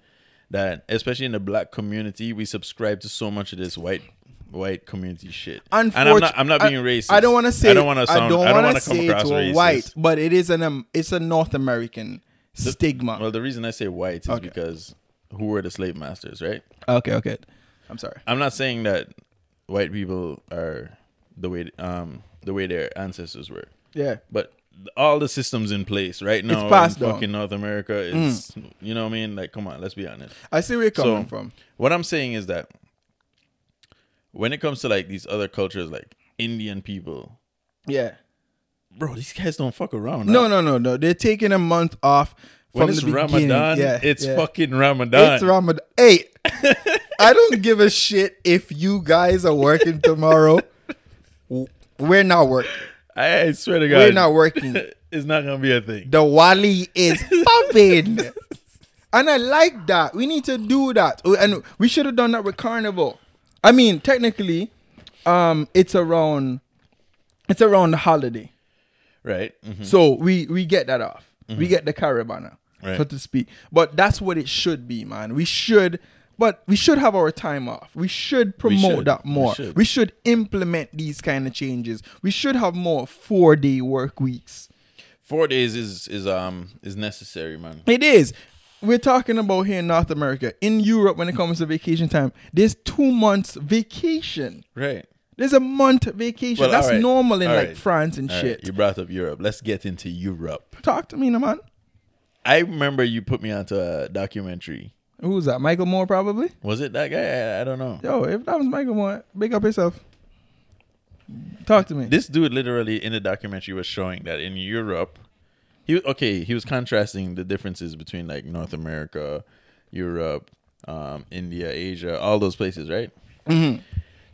[SPEAKER 4] that especially in the black community, we subscribe to so much of this white white community shit. and I'm not I'm not
[SPEAKER 3] Unfortu-
[SPEAKER 4] being
[SPEAKER 3] I-
[SPEAKER 4] racist.
[SPEAKER 3] I don't want to say.
[SPEAKER 4] I don't want to sound. I don't
[SPEAKER 3] wanna
[SPEAKER 4] want to come
[SPEAKER 3] say
[SPEAKER 4] across
[SPEAKER 3] to a
[SPEAKER 4] racist.
[SPEAKER 3] white, but it is an um, it's a North American stigma.
[SPEAKER 4] Well, the reason I say white is because who were the slave masters, right?
[SPEAKER 3] okay, okay. I'm sorry.
[SPEAKER 4] I'm not saying that white people are the way um the way their ancestors were.
[SPEAKER 3] Yeah.
[SPEAKER 4] But th- all the systems in place right now
[SPEAKER 3] passed
[SPEAKER 4] in
[SPEAKER 3] down.
[SPEAKER 4] fucking North America is you know what I mean? Like come on, let's be honest.
[SPEAKER 3] I see where you're
[SPEAKER 4] So,
[SPEAKER 3] coming from.
[SPEAKER 4] What I'm saying is that when it comes to like these other cultures, like Indian people,
[SPEAKER 3] Yeah.
[SPEAKER 4] bro, these guys don't fuck around.
[SPEAKER 3] No,
[SPEAKER 4] huh?
[SPEAKER 3] no, no, no. They're taking a month off
[SPEAKER 4] When
[SPEAKER 3] from
[SPEAKER 4] it's
[SPEAKER 3] the beginning.
[SPEAKER 4] Ramadan,
[SPEAKER 3] yeah,
[SPEAKER 4] it's
[SPEAKER 3] yeah.
[SPEAKER 4] fucking Ramadan.
[SPEAKER 3] It's Ramadan. Hey, I don't give a shit if you guys are working tomorrow. W- We're not working.
[SPEAKER 4] I, I swear to God,
[SPEAKER 3] We're not working.
[SPEAKER 4] it's not gonna be a thing.
[SPEAKER 3] The Wali is popping. and I like that. We need to do that. Oh, And we should have done that with Carnival. I mean, technically, um, it's around it's around the holiday.
[SPEAKER 4] Right? Mhm.
[SPEAKER 3] So we we get that off. We get the caravana,
[SPEAKER 4] Mm-hmm. Right.
[SPEAKER 3] so to speak. But that's what it should be, man. We should, but we should have our time off. We should promote
[SPEAKER 4] should.
[SPEAKER 3] that
[SPEAKER 4] We
[SPEAKER 3] more. We should.
[SPEAKER 4] should.
[SPEAKER 3] implement these kind of changes. We should have more four day work weeks.
[SPEAKER 4] Four days is is um is necessary, man.
[SPEAKER 3] It is. We're talking about here in North America. In Europe, when it comes to vacation time, there's two months vacation.
[SPEAKER 4] Right.
[SPEAKER 3] There's a month vacation.
[SPEAKER 4] Well,
[SPEAKER 3] That's
[SPEAKER 4] all right.
[SPEAKER 3] normal in
[SPEAKER 4] All
[SPEAKER 3] like
[SPEAKER 4] right.
[SPEAKER 3] France and
[SPEAKER 4] All right.
[SPEAKER 3] shit.
[SPEAKER 4] You brought up Europe. Let's get into Europe.
[SPEAKER 3] Talk to me, no, man.
[SPEAKER 4] I remember you put me onto a documentary.
[SPEAKER 3] Who's that? Michael Moore, probably.
[SPEAKER 4] Was it that guy? I, I don't know.
[SPEAKER 3] Yo, if that was Michael Moore, big up yourself. Talk to me.
[SPEAKER 4] This dude literally in the documentary was showing that in Europe, he okay, he was contrasting the differences between like North America, Europe, um, India, Asia, all those places, right?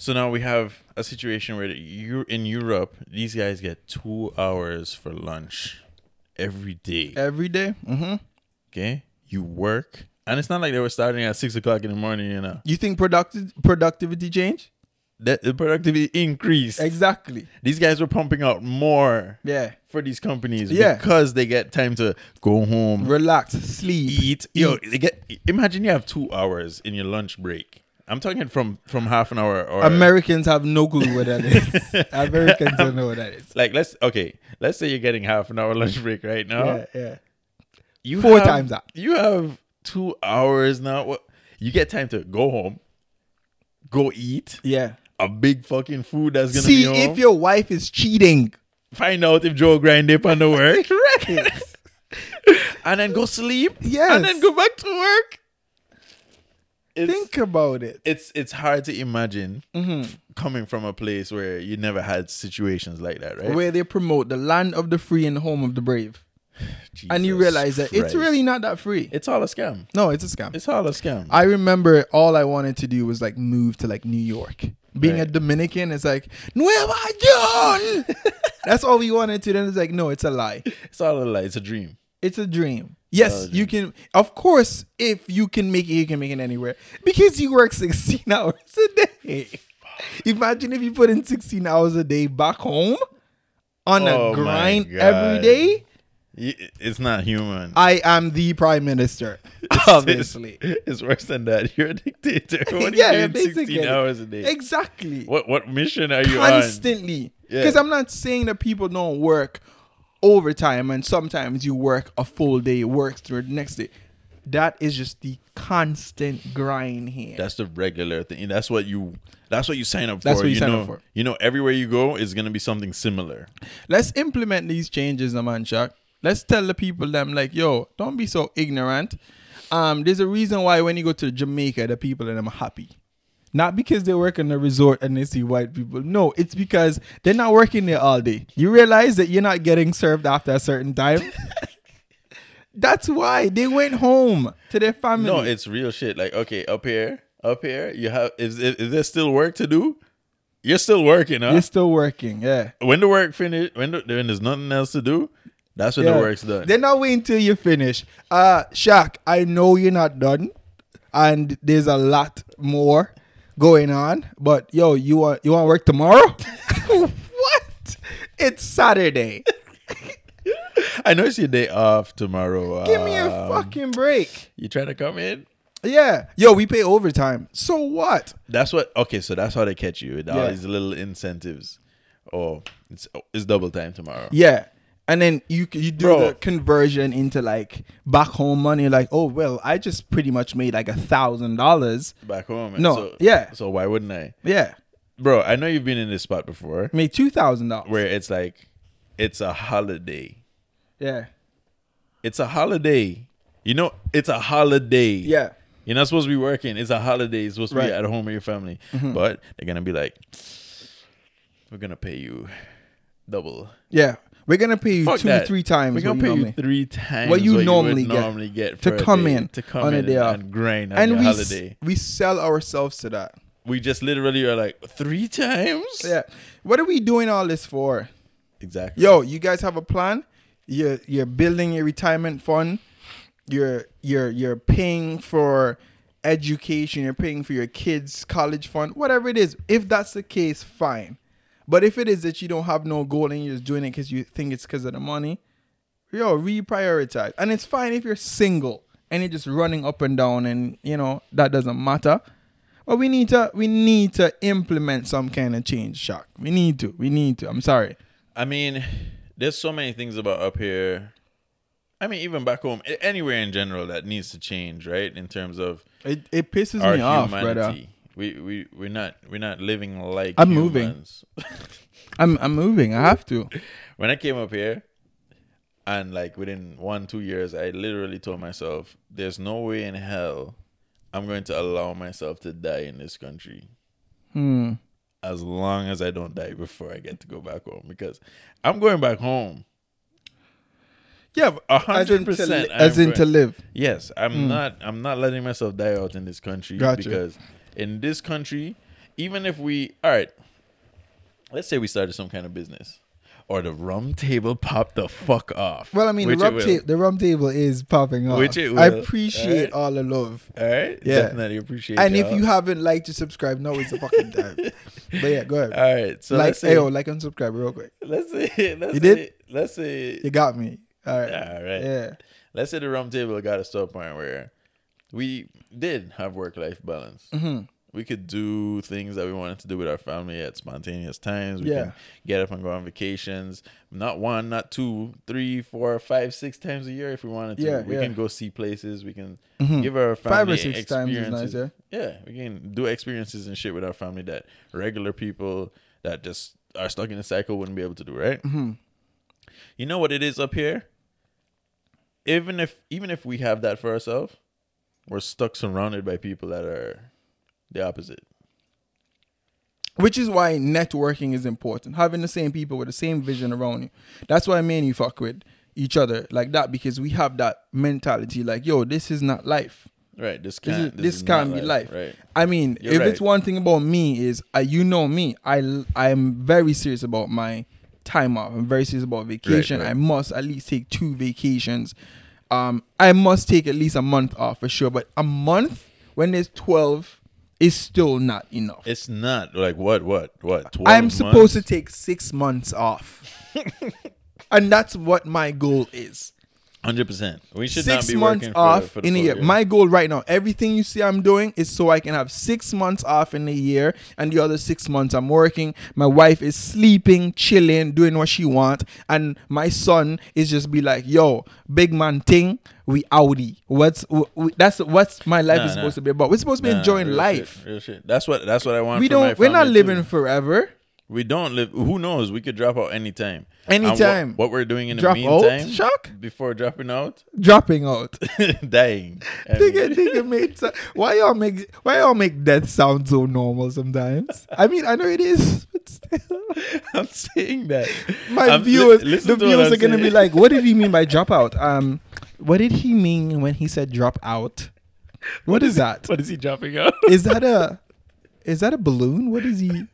[SPEAKER 4] So now we have a situation where you in Europe, these guys get two hours for lunch every day.
[SPEAKER 3] Every day. Mm-hmm.
[SPEAKER 4] Okay, you work, and it's not like they were starting at six o'clock in the morning. You know,
[SPEAKER 3] You think productive productivity change?
[SPEAKER 4] that the productivity increased.
[SPEAKER 3] Exactly.
[SPEAKER 4] These guys were pumping out more.
[SPEAKER 3] Yeah.
[SPEAKER 4] for these companies
[SPEAKER 3] Yeah.
[SPEAKER 4] because they get time to go home,
[SPEAKER 3] Relax, sleep,
[SPEAKER 4] eat. Yo, they get. Imagine you have two hours in your lunch break. I'm talking from from half an hour or
[SPEAKER 3] Americans have no clue what that is. Americans don't know what that is.
[SPEAKER 4] Like let's okay, let's say you're getting half an hour lunch break right now.
[SPEAKER 3] Yeah, yeah.
[SPEAKER 4] You
[SPEAKER 3] Four
[SPEAKER 4] have-
[SPEAKER 3] times that.
[SPEAKER 4] You have two hours now. What you get time to go home, go eat
[SPEAKER 3] Yeah.
[SPEAKER 4] a big fucking food that's gonna
[SPEAKER 3] See
[SPEAKER 4] be
[SPEAKER 3] if
[SPEAKER 4] home.
[SPEAKER 3] your wife is cheating.
[SPEAKER 4] find out if Joe grind up on the work, and then go sleep.
[SPEAKER 3] Yes.
[SPEAKER 4] and then go back to work. It's,
[SPEAKER 3] Think about it.
[SPEAKER 4] it's it's hard to imagine
[SPEAKER 3] Mm-hmm.
[SPEAKER 4] coming from a place where you never had situations like that, right?
[SPEAKER 3] Where they promote the land of the free and home of the brave. and you
[SPEAKER 4] Jesus
[SPEAKER 3] realize that it's
[SPEAKER 4] Christ.
[SPEAKER 3] really not that free.
[SPEAKER 4] it's all a scam.
[SPEAKER 3] no, it's a scam.
[SPEAKER 4] It's all a scam.
[SPEAKER 3] I remember all I wanted to do was like move to like New York. Being a
[SPEAKER 4] Right.
[SPEAKER 3] Dominican, it's like Nueva York. That's all we wanted to. Then it's like, no, it's a lie.
[SPEAKER 4] it's all a lie. It's a dream.
[SPEAKER 3] It's a dream. Yes, you can. Of course, if you can make it, you can make it anywhere because you work sixteen hours a day. Imagine if you put in sixteen hours a day back home on
[SPEAKER 4] Oh
[SPEAKER 3] a
[SPEAKER 4] my
[SPEAKER 3] grind
[SPEAKER 4] God.
[SPEAKER 3] every day.
[SPEAKER 4] Y- It's not human.
[SPEAKER 3] I am the prime minister, obviously.
[SPEAKER 4] It's, it's worse than that. You're a dictator. What are you doing 16 hours a day?
[SPEAKER 3] Exactly.
[SPEAKER 4] What what mission are you on?
[SPEAKER 3] constantly.
[SPEAKER 4] Yeah.
[SPEAKER 3] Because I'm not saying that people don't work overtime and sometimes you work a full day, work through the next day. That is just the constant grind here.
[SPEAKER 4] That's the regular thing. That's what you. That's what you sign up for.
[SPEAKER 3] That's what you sign up
[SPEAKER 4] know,
[SPEAKER 3] for.
[SPEAKER 4] You know, everywhere you go is gonna be something similar.
[SPEAKER 3] Let's implement these changes, man, Chuck. Let's tell the people them like, yo, don't be so ignorant. Um, there's a reason why when you go to Jamaica, the people in them are happy. Not because they work in a resort and they see white people. No, it's because they're not working there all day. You realize that you're not getting served after a certain time. That's why they went home to their family.
[SPEAKER 4] No, it's real shit. Like, okay, up here, up here, you have. Is, is, is there still work to do? You're still working, huh?
[SPEAKER 3] they're still working. Yeah.
[SPEAKER 4] when the work finished, when, the, when there's nothing else to do, that's when
[SPEAKER 3] Yeah.
[SPEAKER 4] the work's done.
[SPEAKER 3] They're not waiting till you finish. Uh Shaq, I know you're not done and there's a lot more going on. But yo, you want you want work tomorrow? what? It's Saturday.
[SPEAKER 4] I know it's your day off tomorrow.
[SPEAKER 3] Give me a
[SPEAKER 4] um,
[SPEAKER 3] fucking break.
[SPEAKER 4] You trying to come in?
[SPEAKER 3] Yeah. Yo, we pay overtime. So what?
[SPEAKER 4] That's what. Okay, so that's how they catch you with all
[SPEAKER 3] Yeah.
[SPEAKER 4] these little incentives. Oh, it's it's double time tomorrow.
[SPEAKER 3] Yeah. And then you you do
[SPEAKER 4] Bro.
[SPEAKER 3] the conversion into like back home money, like, oh well, I just pretty much made like a thousand dollars.
[SPEAKER 4] Back home.
[SPEAKER 3] No,
[SPEAKER 4] So,
[SPEAKER 3] yeah.
[SPEAKER 4] So why wouldn't I?
[SPEAKER 3] Yeah.
[SPEAKER 4] bro i know you've been in this spot before
[SPEAKER 3] Made two thousand dollars.
[SPEAKER 4] where it's like it's a holiday
[SPEAKER 3] Yeah.
[SPEAKER 4] it's a holiday you know it's a holiday
[SPEAKER 3] Yeah.
[SPEAKER 4] you're not supposed to be working it's a holiday you're supposed to
[SPEAKER 3] Right. Mm-hmm.
[SPEAKER 4] be at home with your family but they're gonna be like we're gonna pay you double
[SPEAKER 3] Yeah. We're gonna pay you
[SPEAKER 4] Fuck
[SPEAKER 3] two,
[SPEAKER 4] that.
[SPEAKER 3] three times.
[SPEAKER 4] We're gonna
[SPEAKER 3] what
[SPEAKER 4] pay
[SPEAKER 3] you
[SPEAKER 4] you
[SPEAKER 3] normally-
[SPEAKER 4] three times
[SPEAKER 3] what you normally
[SPEAKER 4] would
[SPEAKER 3] get
[SPEAKER 4] normally get
[SPEAKER 3] to
[SPEAKER 4] for a
[SPEAKER 3] come
[SPEAKER 4] day-
[SPEAKER 3] in
[SPEAKER 4] to come
[SPEAKER 3] on a
[SPEAKER 4] in
[SPEAKER 3] day off.
[SPEAKER 4] and grind on
[SPEAKER 3] and
[SPEAKER 4] your
[SPEAKER 3] we s-
[SPEAKER 4] holiday.
[SPEAKER 3] we sell ourselves to that.
[SPEAKER 4] We just literally are like three times.
[SPEAKER 3] Yeah. What are we doing all this for?
[SPEAKER 4] exactly.
[SPEAKER 3] Yo, you guys have a plan. You're you're building your retirement fund. You're you're you're paying for education. You're paying for your kids' college fund. Whatever it is, if that's the case, fine. But if it is that you don't have no goal and you're just doing it because you think it's because of the money, yo, reprioritize. And it's fine if you're single and you're just running up and down and you know that doesn't matter. But we need to we need to implement some kind of change, Shock. We need to. We need to. I'm sorry.
[SPEAKER 4] I mean, there's so many things about up here. I mean, even back home, a- anywhere in general, that needs to change, right? In terms of
[SPEAKER 3] It, it pisses
[SPEAKER 4] our
[SPEAKER 3] me off, brother.
[SPEAKER 4] humanity, we we we're not we're not living like
[SPEAKER 3] I'm moving.
[SPEAKER 4] humans.
[SPEAKER 3] I'm I'm moving. I have to.
[SPEAKER 4] when I came up here, and like within one two years, I literally told myself, "There's no way in hell I'm going to allow myself to die in this country."
[SPEAKER 3] Hmm.
[SPEAKER 4] As long as I don't die before I get to go back home, because I'm going back home.
[SPEAKER 3] Yeah,
[SPEAKER 4] A hundred percent.
[SPEAKER 3] As in to, li- as
[SPEAKER 4] I'm
[SPEAKER 3] in to
[SPEAKER 4] going-
[SPEAKER 3] live. Hmm.
[SPEAKER 4] Yes, I'm not. I'm not letting myself die out in this country
[SPEAKER 3] Gotcha.
[SPEAKER 4] because in this country, even if we, all right, let's say we started some kind of business, or the rum table popped the fuck off.
[SPEAKER 3] Well, I mean, the
[SPEAKER 4] which it
[SPEAKER 3] rum,
[SPEAKER 4] will,
[SPEAKER 3] ta- the rum table is popping off.
[SPEAKER 4] Which it
[SPEAKER 3] I
[SPEAKER 4] will, Eh? alright?
[SPEAKER 3] appreciate all the love.
[SPEAKER 4] All right,
[SPEAKER 3] Yeah.
[SPEAKER 4] definitely appreciate.
[SPEAKER 3] and if
[SPEAKER 4] y'all.
[SPEAKER 3] you haven't liked to subscribe, now is the fucking time. but yeah, go ahead.
[SPEAKER 4] all right, so
[SPEAKER 3] like,
[SPEAKER 4] let's say,
[SPEAKER 3] hey, yo, like and subscribe real quick.
[SPEAKER 4] let's say, let's
[SPEAKER 3] You did?
[SPEAKER 4] say- let's say,
[SPEAKER 3] You got me. All right.
[SPEAKER 4] All right.
[SPEAKER 3] Yeah.
[SPEAKER 4] let's say the rum table got us to a point where we did have work life balance.
[SPEAKER 3] Mm-hmm.
[SPEAKER 4] We could do things that we wanted to do with our family at spontaneous times. We
[SPEAKER 3] Yeah.
[SPEAKER 4] can get up and go on vacations. Not one, not two, three, four, five, six times a year if we wanted to.
[SPEAKER 3] Yeah,
[SPEAKER 4] we
[SPEAKER 3] yeah. Mm-hmm.
[SPEAKER 4] can go see places. We can give our
[SPEAKER 3] Five
[SPEAKER 4] family
[SPEAKER 3] or six times is nice,
[SPEAKER 4] experiences. yeah, we can do experiences and shit with our family that regular people that just are stuck in a cycle wouldn't be able to do, right?
[SPEAKER 3] Mm-hmm.
[SPEAKER 4] You know what it is up here? even if even if we have that for ourselves, we're stuck surrounded by people that are the opposite.
[SPEAKER 3] Which is why networking is important. Having the same people with the same vision around you. That's why me and you fuck with each other like that because we have that mentality like, yo, this is not life.
[SPEAKER 4] Right. This
[SPEAKER 3] This,
[SPEAKER 4] can't.
[SPEAKER 3] is, this can't be life.
[SPEAKER 4] Right.
[SPEAKER 3] I mean,
[SPEAKER 4] You're
[SPEAKER 3] if
[SPEAKER 4] right.
[SPEAKER 3] it's one thing about me is uh, you know me, I I'm very serious about my time off. I'm very serious about vacation.
[SPEAKER 4] right.
[SPEAKER 3] I must at least take two vacations. Um, I must take at least a month off for sure. But a month when there's twelve is still not enough.
[SPEAKER 4] It's not like what what what. 12
[SPEAKER 3] I'm supposed to
[SPEAKER 4] months?
[SPEAKER 3] take six months off, and that's what my goal is.
[SPEAKER 4] Hundred percent. We should not
[SPEAKER 3] six
[SPEAKER 4] be
[SPEAKER 3] months
[SPEAKER 4] working
[SPEAKER 3] off
[SPEAKER 4] for, for the
[SPEAKER 3] in a
[SPEAKER 4] full
[SPEAKER 3] year. My goal right now, everything you see I'm doing is so I can have six months off in a year, and the other six months I'm working. My wife is sleeping, chilling, doing what she wants, and my son is just be like, "Yo, big man thing, we outie. What's w- w- that's what's my life
[SPEAKER 4] Nah,
[SPEAKER 3] is
[SPEAKER 4] nah.
[SPEAKER 3] supposed to be about. We're supposed to be
[SPEAKER 4] Nah,
[SPEAKER 3] enjoying
[SPEAKER 4] real
[SPEAKER 3] life.
[SPEAKER 4] shit, real shit. That's what that's what I want.
[SPEAKER 3] We
[SPEAKER 4] for my
[SPEAKER 3] don't. We're not
[SPEAKER 4] family, too.
[SPEAKER 3] living forever.
[SPEAKER 4] We don't live. Who knows? We could drop out anytime. And what-
[SPEAKER 3] Anytime.
[SPEAKER 4] What, we're doing in
[SPEAKER 3] Drop
[SPEAKER 4] the
[SPEAKER 3] out?
[SPEAKER 4] meantime,
[SPEAKER 3] Shock?
[SPEAKER 4] before dropping out,
[SPEAKER 3] Dropping out.
[SPEAKER 4] dying. I mean,
[SPEAKER 3] Nigga, nigga made so- why y'all make why y'all make death sound so normal sometimes? I mean, I know it is, but still.
[SPEAKER 4] I'm saying that
[SPEAKER 3] My
[SPEAKER 4] I'm- li-
[SPEAKER 3] viewers,
[SPEAKER 4] listen
[SPEAKER 3] the
[SPEAKER 4] to what
[SPEAKER 3] viewers
[SPEAKER 4] I'm
[SPEAKER 3] are gonna be
[SPEAKER 4] saying.
[SPEAKER 3] like, "What did he mean by drop out? Um, what did he mean when he said drop out? what is that?
[SPEAKER 4] What is he dropping out?
[SPEAKER 3] Is that a is that a balloon? What is he?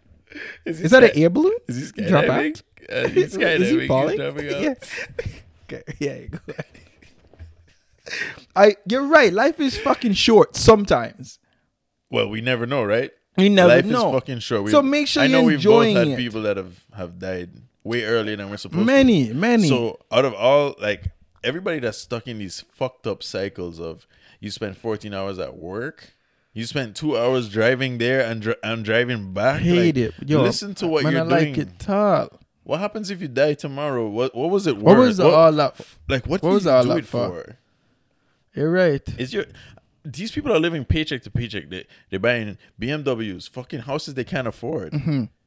[SPEAKER 4] Is, he
[SPEAKER 3] Is that an
[SPEAKER 4] sky-
[SPEAKER 3] air balloon?
[SPEAKER 4] Is he skydiving?
[SPEAKER 3] drop out?
[SPEAKER 4] Uh, he's skydiving.
[SPEAKER 3] is he
[SPEAKER 4] He's
[SPEAKER 3] falling?
[SPEAKER 4] dropping out.
[SPEAKER 3] yeah. Okay, yeah. Go ahead. I you're right. Life is fucking short sometimes.
[SPEAKER 4] Well, we never know, right?
[SPEAKER 3] You never
[SPEAKER 4] Life
[SPEAKER 3] know.
[SPEAKER 4] is fucking short. We-
[SPEAKER 3] So make sure
[SPEAKER 4] I
[SPEAKER 3] you're
[SPEAKER 4] know
[SPEAKER 3] enjoying
[SPEAKER 4] we've both had
[SPEAKER 3] it.
[SPEAKER 4] people that have have died way earlier than we're supposed to.
[SPEAKER 3] Many, many.
[SPEAKER 4] So out of all, like everybody that's stuck in these fucked up cycles of you spend 14 hours at work. You spent two hours driving there and, dri- and driving back.
[SPEAKER 3] hate
[SPEAKER 4] Like,
[SPEAKER 3] it. Yo,
[SPEAKER 4] listen to what
[SPEAKER 3] man,
[SPEAKER 4] you're
[SPEAKER 3] I
[SPEAKER 4] doing.
[SPEAKER 3] like it tough.
[SPEAKER 4] What happens if you die tomorrow? What what was it?
[SPEAKER 3] What
[SPEAKER 4] worth?
[SPEAKER 3] was the all up?
[SPEAKER 4] Like what,
[SPEAKER 3] what
[SPEAKER 4] do
[SPEAKER 3] was
[SPEAKER 4] you
[SPEAKER 3] all
[SPEAKER 4] do
[SPEAKER 3] up
[SPEAKER 4] it
[SPEAKER 3] for?
[SPEAKER 4] for?
[SPEAKER 3] You're right.
[SPEAKER 4] Is your these people are living paycheck to paycheck. They they're buying BMWs, fucking houses they can't afford.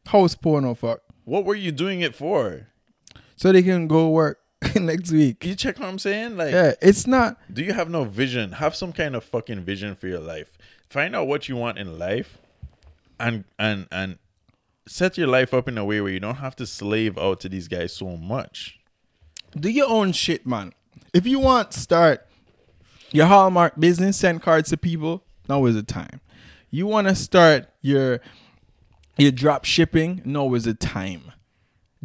[SPEAKER 3] House porno fuck.
[SPEAKER 4] What were you doing it for?
[SPEAKER 3] So they can go work next week.
[SPEAKER 4] You check what I'm saying? Like
[SPEAKER 3] Yeah, it's not.
[SPEAKER 4] do you have no vision? Have some kind of fucking vision for your life. Find out what you want in life and and and set your life up in a way where you don't have to slave out to these guys so much.
[SPEAKER 3] do your own shit, man. If you want start your Hallmark business, send cards to people. Now is the time. You want to start your your drop shipping. Now is the time.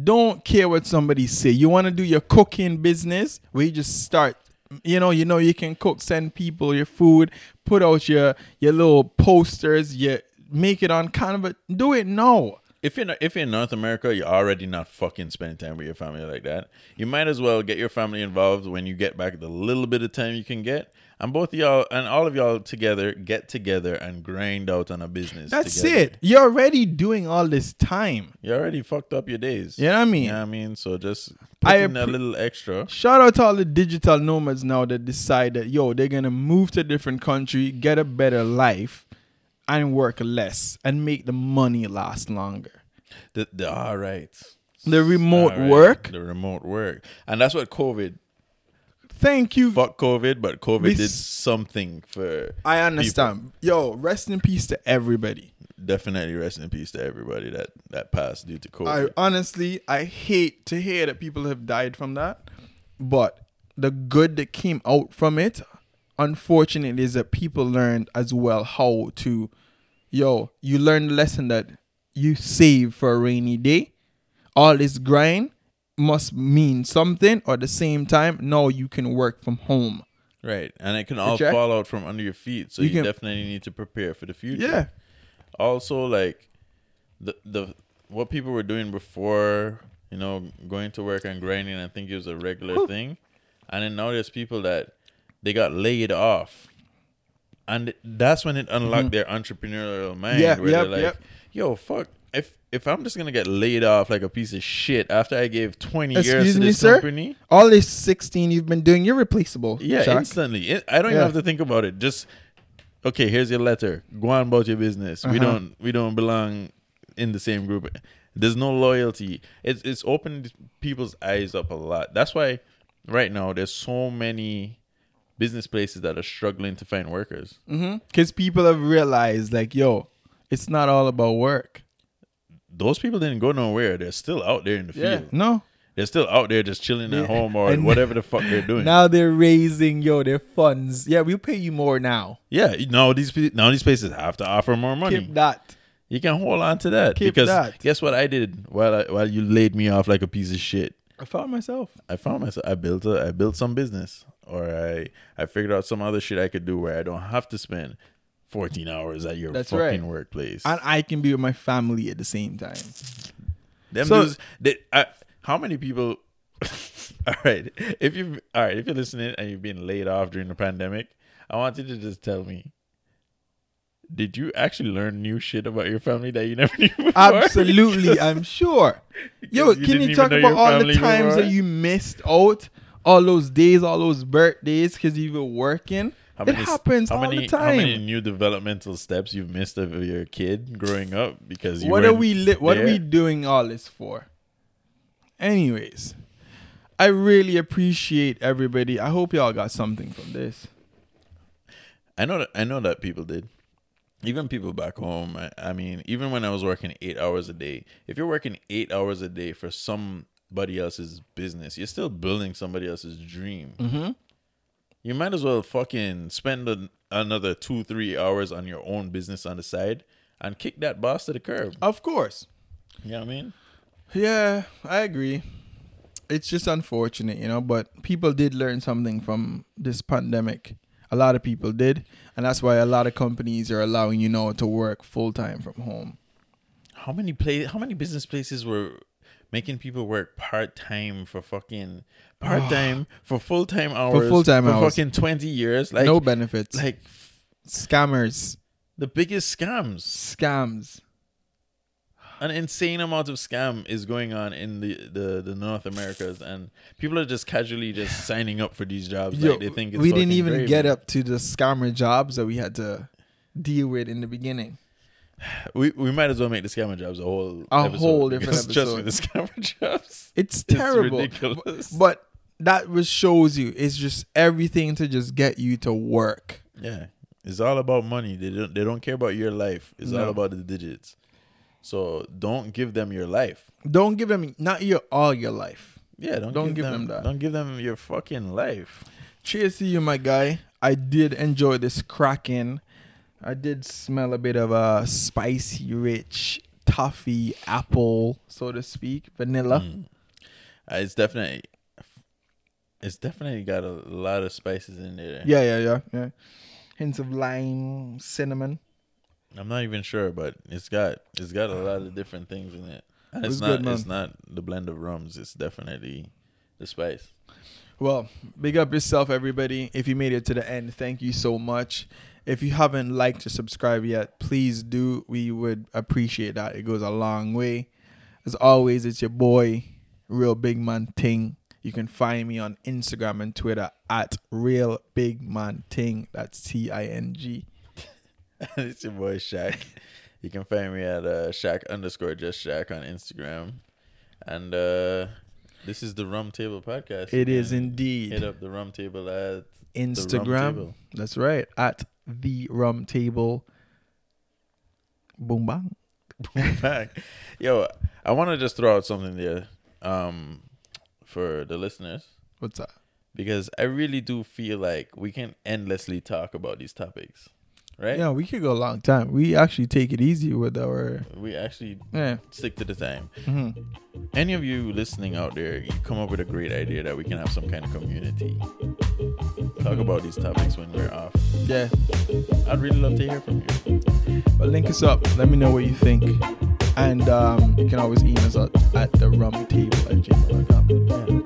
[SPEAKER 3] Don't care what somebody say. You want to do your cooking business where you just start. You know, you know you can cook, send people your food, put out your your little posters, you make it on Canva. Do it now.
[SPEAKER 4] If you're not, if you're in North America, you're already not fucking spending time with your family like that. You might as well get your family involved when you get back the little bit of time you can get. And both of y'all and all of y'all together get together and grind out on a business.
[SPEAKER 3] That's
[SPEAKER 4] together.
[SPEAKER 3] it. You're already doing all this time.
[SPEAKER 4] You already fucked up your days.
[SPEAKER 3] You know what I mean?
[SPEAKER 4] You know what I mean? So just put
[SPEAKER 3] I
[SPEAKER 4] in a
[SPEAKER 3] appre-
[SPEAKER 4] little extra.
[SPEAKER 3] Shout out to all the digital nomads now that decide that yo, they're gonna move to a different country, get a better life, and work less and make the money last longer.
[SPEAKER 4] The, the, all right.
[SPEAKER 3] The remote
[SPEAKER 4] All right.
[SPEAKER 3] work.
[SPEAKER 4] The remote work. And that's what COVID
[SPEAKER 3] Thank you.
[SPEAKER 4] fuck COVID, but COVID
[SPEAKER 3] This-
[SPEAKER 4] did something for
[SPEAKER 3] I understand. Yo, rest in peace to everybody.
[SPEAKER 4] people. Definitely rest in peace to everybody that that passed due to
[SPEAKER 3] I
[SPEAKER 4] COVID.
[SPEAKER 3] honestly I hate to hear that people have died from that, but the good that came out from it, unfortunately, is that people learned as well how to, yo, you learn the lesson that you save for a rainy day. All this grind must mean something, or at the same time, now you can work from home.
[SPEAKER 4] right. And it can all
[SPEAKER 3] Jack-
[SPEAKER 4] fall out from under your feet. So
[SPEAKER 3] You
[SPEAKER 4] you,
[SPEAKER 3] can-
[SPEAKER 4] definitely need to prepare for the future.
[SPEAKER 3] Yeah,
[SPEAKER 4] also like the the what people were doing before, you know, going to work and grinding. I think it was a regular thing, and then now there's people that they got laid off, and that's when it unlocked their entrepreneurial mind.
[SPEAKER 3] Mm-hmm. Yeah,
[SPEAKER 4] where
[SPEAKER 3] yep,
[SPEAKER 4] they're like,
[SPEAKER 3] yep.
[SPEAKER 4] "Yo, fuck." If, if I'm just gonna get laid off like a piece of shit after I gave 20 years
[SPEAKER 3] excuse
[SPEAKER 4] to
[SPEAKER 3] me,
[SPEAKER 4] this
[SPEAKER 3] sir.
[SPEAKER 4] company,
[SPEAKER 3] All this sixteen you've been doing, you're replaceable.
[SPEAKER 4] yeah,
[SPEAKER 3] Shaq.
[SPEAKER 4] instantly. It, I don't even
[SPEAKER 3] Yeah.
[SPEAKER 4] have to think about it. Just okay. Here's your letter. Go on about your business. We
[SPEAKER 3] Uh-huh.
[SPEAKER 4] don't. We don't belong in the same group. There's no loyalty. It's it's opened people's eyes up a lot. That's why right now there's so many business places that are struggling to find workers.
[SPEAKER 3] Because people have realized, like, yo, it's not all about work.
[SPEAKER 4] Those people didn't go nowhere. They're still out there in the field.
[SPEAKER 3] No.
[SPEAKER 4] They're still out there just chilling at home or
[SPEAKER 3] And-
[SPEAKER 4] whatever the fuck they're doing.
[SPEAKER 3] Now they're raising, yo, their funds. Yeah, we'll pay you more now.
[SPEAKER 4] yeah, now these pe- now these places have to offer more money.
[SPEAKER 3] Keep that.
[SPEAKER 4] You can hold on to that
[SPEAKER 3] Keep
[SPEAKER 4] because
[SPEAKER 3] that.
[SPEAKER 4] guess what I did while I, while you laid me off like a piece of shit.
[SPEAKER 3] I found myself.
[SPEAKER 4] I found myself. I built a. I built some business, or I I figured out some other shit I could do where I don't have to spend fourteen hours at your
[SPEAKER 3] That's
[SPEAKER 4] fucking
[SPEAKER 3] right.
[SPEAKER 4] workplace.
[SPEAKER 3] And I can be with my family at the same time.
[SPEAKER 4] Them
[SPEAKER 3] So-
[SPEAKER 4] dudes, they, I, how many people? all right, if you all right, if you're listening and you've been laid off during the pandemic, I want you to just tell me. Did you actually learn new shit about your family that you never knew before?
[SPEAKER 3] Absolutely, I'm sure.
[SPEAKER 4] Because
[SPEAKER 3] Yo,
[SPEAKER 4] you
[SPEAKER 3] can
[SPEAKER 4] didn't
[SPEAKER 3] you
[SPEAKER 4] even
[SPEAKER 3] talk
[SPEAKER 4] know
[SPEAKER 3] about
[SPEAKER 4] your
[SPEAKER 3] all the
[SPEAKER 4] family
[SPEAKER 3] times
[SPEAKER 4] before?
[SPEAKER 3] that you missed out? All those days, all those birthdays, because you were working.
[SPEAKER 4] How
[SPEAKER 3] it
[SPEAKER 4] many-
[SPEAKER 3] happens
[SPEAKER 4] how
[SPEAKER 3] all
[SPEAKER 4] many,
[SPEAKER 3] the time.
[SPEAKER 4] How many new developmental steps you've missed of your kid growing up because you
[SPEAKER 3] what are
[SPEAKER 4] weren't
[SPEAKER 3] we li- what are we
[SPEAKER 4] there?
[SPEAKER 3] doing all this for anyways i really appreciate everybody i hope y'all got something from this
[SPEAKER 4] I know that I know that people did. Even people back home. I, I mean, even when I was working eight hours a day, if you're working eight hours a day for somebody else's business, you're still building somebody else's dream. Mm-hmm. You might as well fucking spend an, another two, three hours on your own business on the side and kick that boss to the curb.
[SPEAKER 3] of course
[SPEAKER 4] You know what I mean?
[SPEAKER 3] yeah i agree it's just unfortunate you know but people did learn something from this pandemic a lot of people did and that's why a lot of companies are allowing you now to work full-time from home
[SPEAKER 4] how many play how many business places were making people work part time for fucking part time for full time hours
[SPEAKER 3] full-time hours.
[SPEAKER 4] fucking twenty years like
[SPEAKER 3] no benefits
[SPEAKER 4] like f-
[SPEAKER 3] scammers
[SPEAKER 4] the biggest scams
[SPEAKER 3] scams
[SPEAKER 4] an insane amount of scam is going on in the the, the North Americas and people are just casually just signing up for these jobs
[SPEAKER 3] Yo,
[SPEAKER 4] like they think it's
[SPEAKER 3] we didn't
[SPEAKER 4] fucking
[SPEAKER 3] even
[SPEAKER 4] gravy.
[SPEAKER 3] get up to the scammer jobs that we had to deal with in the beginning.
[SPEAKER 4] we we might as well make the scammer jobs a whole
[SPEAKER 3] A whole
[SPEAKER 4] because
[SPEAKER 3] different
[SPEAKER 4] just with
[SPEAKER 3] episode.
[SPEAKER 4] the scammer jobs
[SPEAKER 3] It's terrible.
[SPEAKER 4] ridiculous.
[SPEAKER 3] B- But that was shows you it's just everything to just get you to work.
[SPEAKER 4] Yeah, it's all about money. They don't they don't care about your life. It's all
[SPEAKER 3] No.
[SPEAKER 4] about the digits. So don't give them your life.
[SPEAKER 3] Don't give them not your all your life.
[SPEAKER 4] Yeah, don't,
[SPEAKER 3] Don't
[SPEAKER 4] give,
[SPEAKER 3] give
[SPEAKER 4] them,
[SPEAKER 3] them that.
[SPEAKER 4] Don't give them your fucking life.
[SPEAKER 3] Cheers to you, my guy. I did enjoy this cracking. I did smell a bit of a spicy, rich toffee apple, so to speak, vanilla.
[SPEAKER 4] Uh, it's definitely, it's definitely got a lot of spices in there.
[SPEAKER 3] Yeah, yeah, yeah, yeah. Hints of lime, cinnamon.
[SPEAKER 4] I'm not even sure, but it's got it's got a lot of different things in it. And
[SPEAKER 3] was
[SPEAKER 4] it's
[SPEAKER 3] good,
[SPEAKER 4] not it's
[SPEAKER 3] man.
[SPEAKER 4] not the blend of rums. It's definitely the spice.
[SPEAKER 3] Well, big up yourself, everybody. If you made it to the end, thank you so much. If you haven't liked or subscribed yet, please do. We would appreciate that. It goes a long way. As always, it's your boy, Real Big Man Ting. You can find me on Instagram and Twitter at Real Big Man Ting. That's T I N G.
[SPEAKER 4] it's your boy Shaq. You can find me at uh, Shaq underscore just Shaq on Instagram, and uh, this is the Rum Table podcast.
[SPEAKER 3] It is
[SPEAKER 4] man.
[SPEAKER 3] indeed.
[SPEAKER 4] Hit up the Rum Table at The Rum
[SPEAKER 3] Instagram.
[SPEAKER 4] Table.
[SPEAKER 3] That's right. At the rum table. Boom bang.
[SPEAKER 4] back. Yo, I want to just throw out something there um, for the listeners
[SPEAKER 3] What's that?
[SPEAKER 4] because I really do feel like we can endlessly talk about these topics, right?
[SPEAKER 3] Yeah, we could go a long time. We actually take it easy with our
[SPEAKER 4] We actually
[SPEAKER 3] yeah.
[SPEAKER 4] stick to the time. Any of you listening out there, you come up with a great idea that we can have some kind of community. Talk about these topics when we're off.
[SPEAKER 3] Yeah.
[SPEAKER 4] I'd really love to hear from you.
[SPEAKER 3] But link us up. Let me know what you think. And um, you can always email us at, at the rum table at gmail.com. Boom.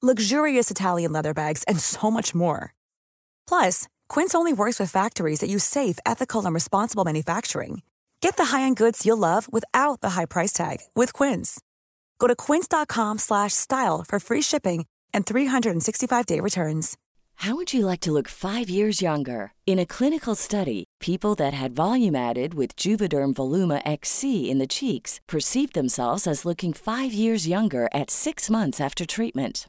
[SPEAKER 5] luxurious Italian leather bags, and so much more. Plus, Quince only works with factories that use safe, ethical, and responsible manufacturing. Get the high-end goods you'll love without the high price tag with Quince. Go to quince.com/style slash style for free shipping and 365-day returns.
[SPEAKER 1] How would you like to look five years younger? In a clinical study, people that had volume added with Juvederm Voluma XC in the cheeks perceived themselves as looking five years younger at six months after treatment.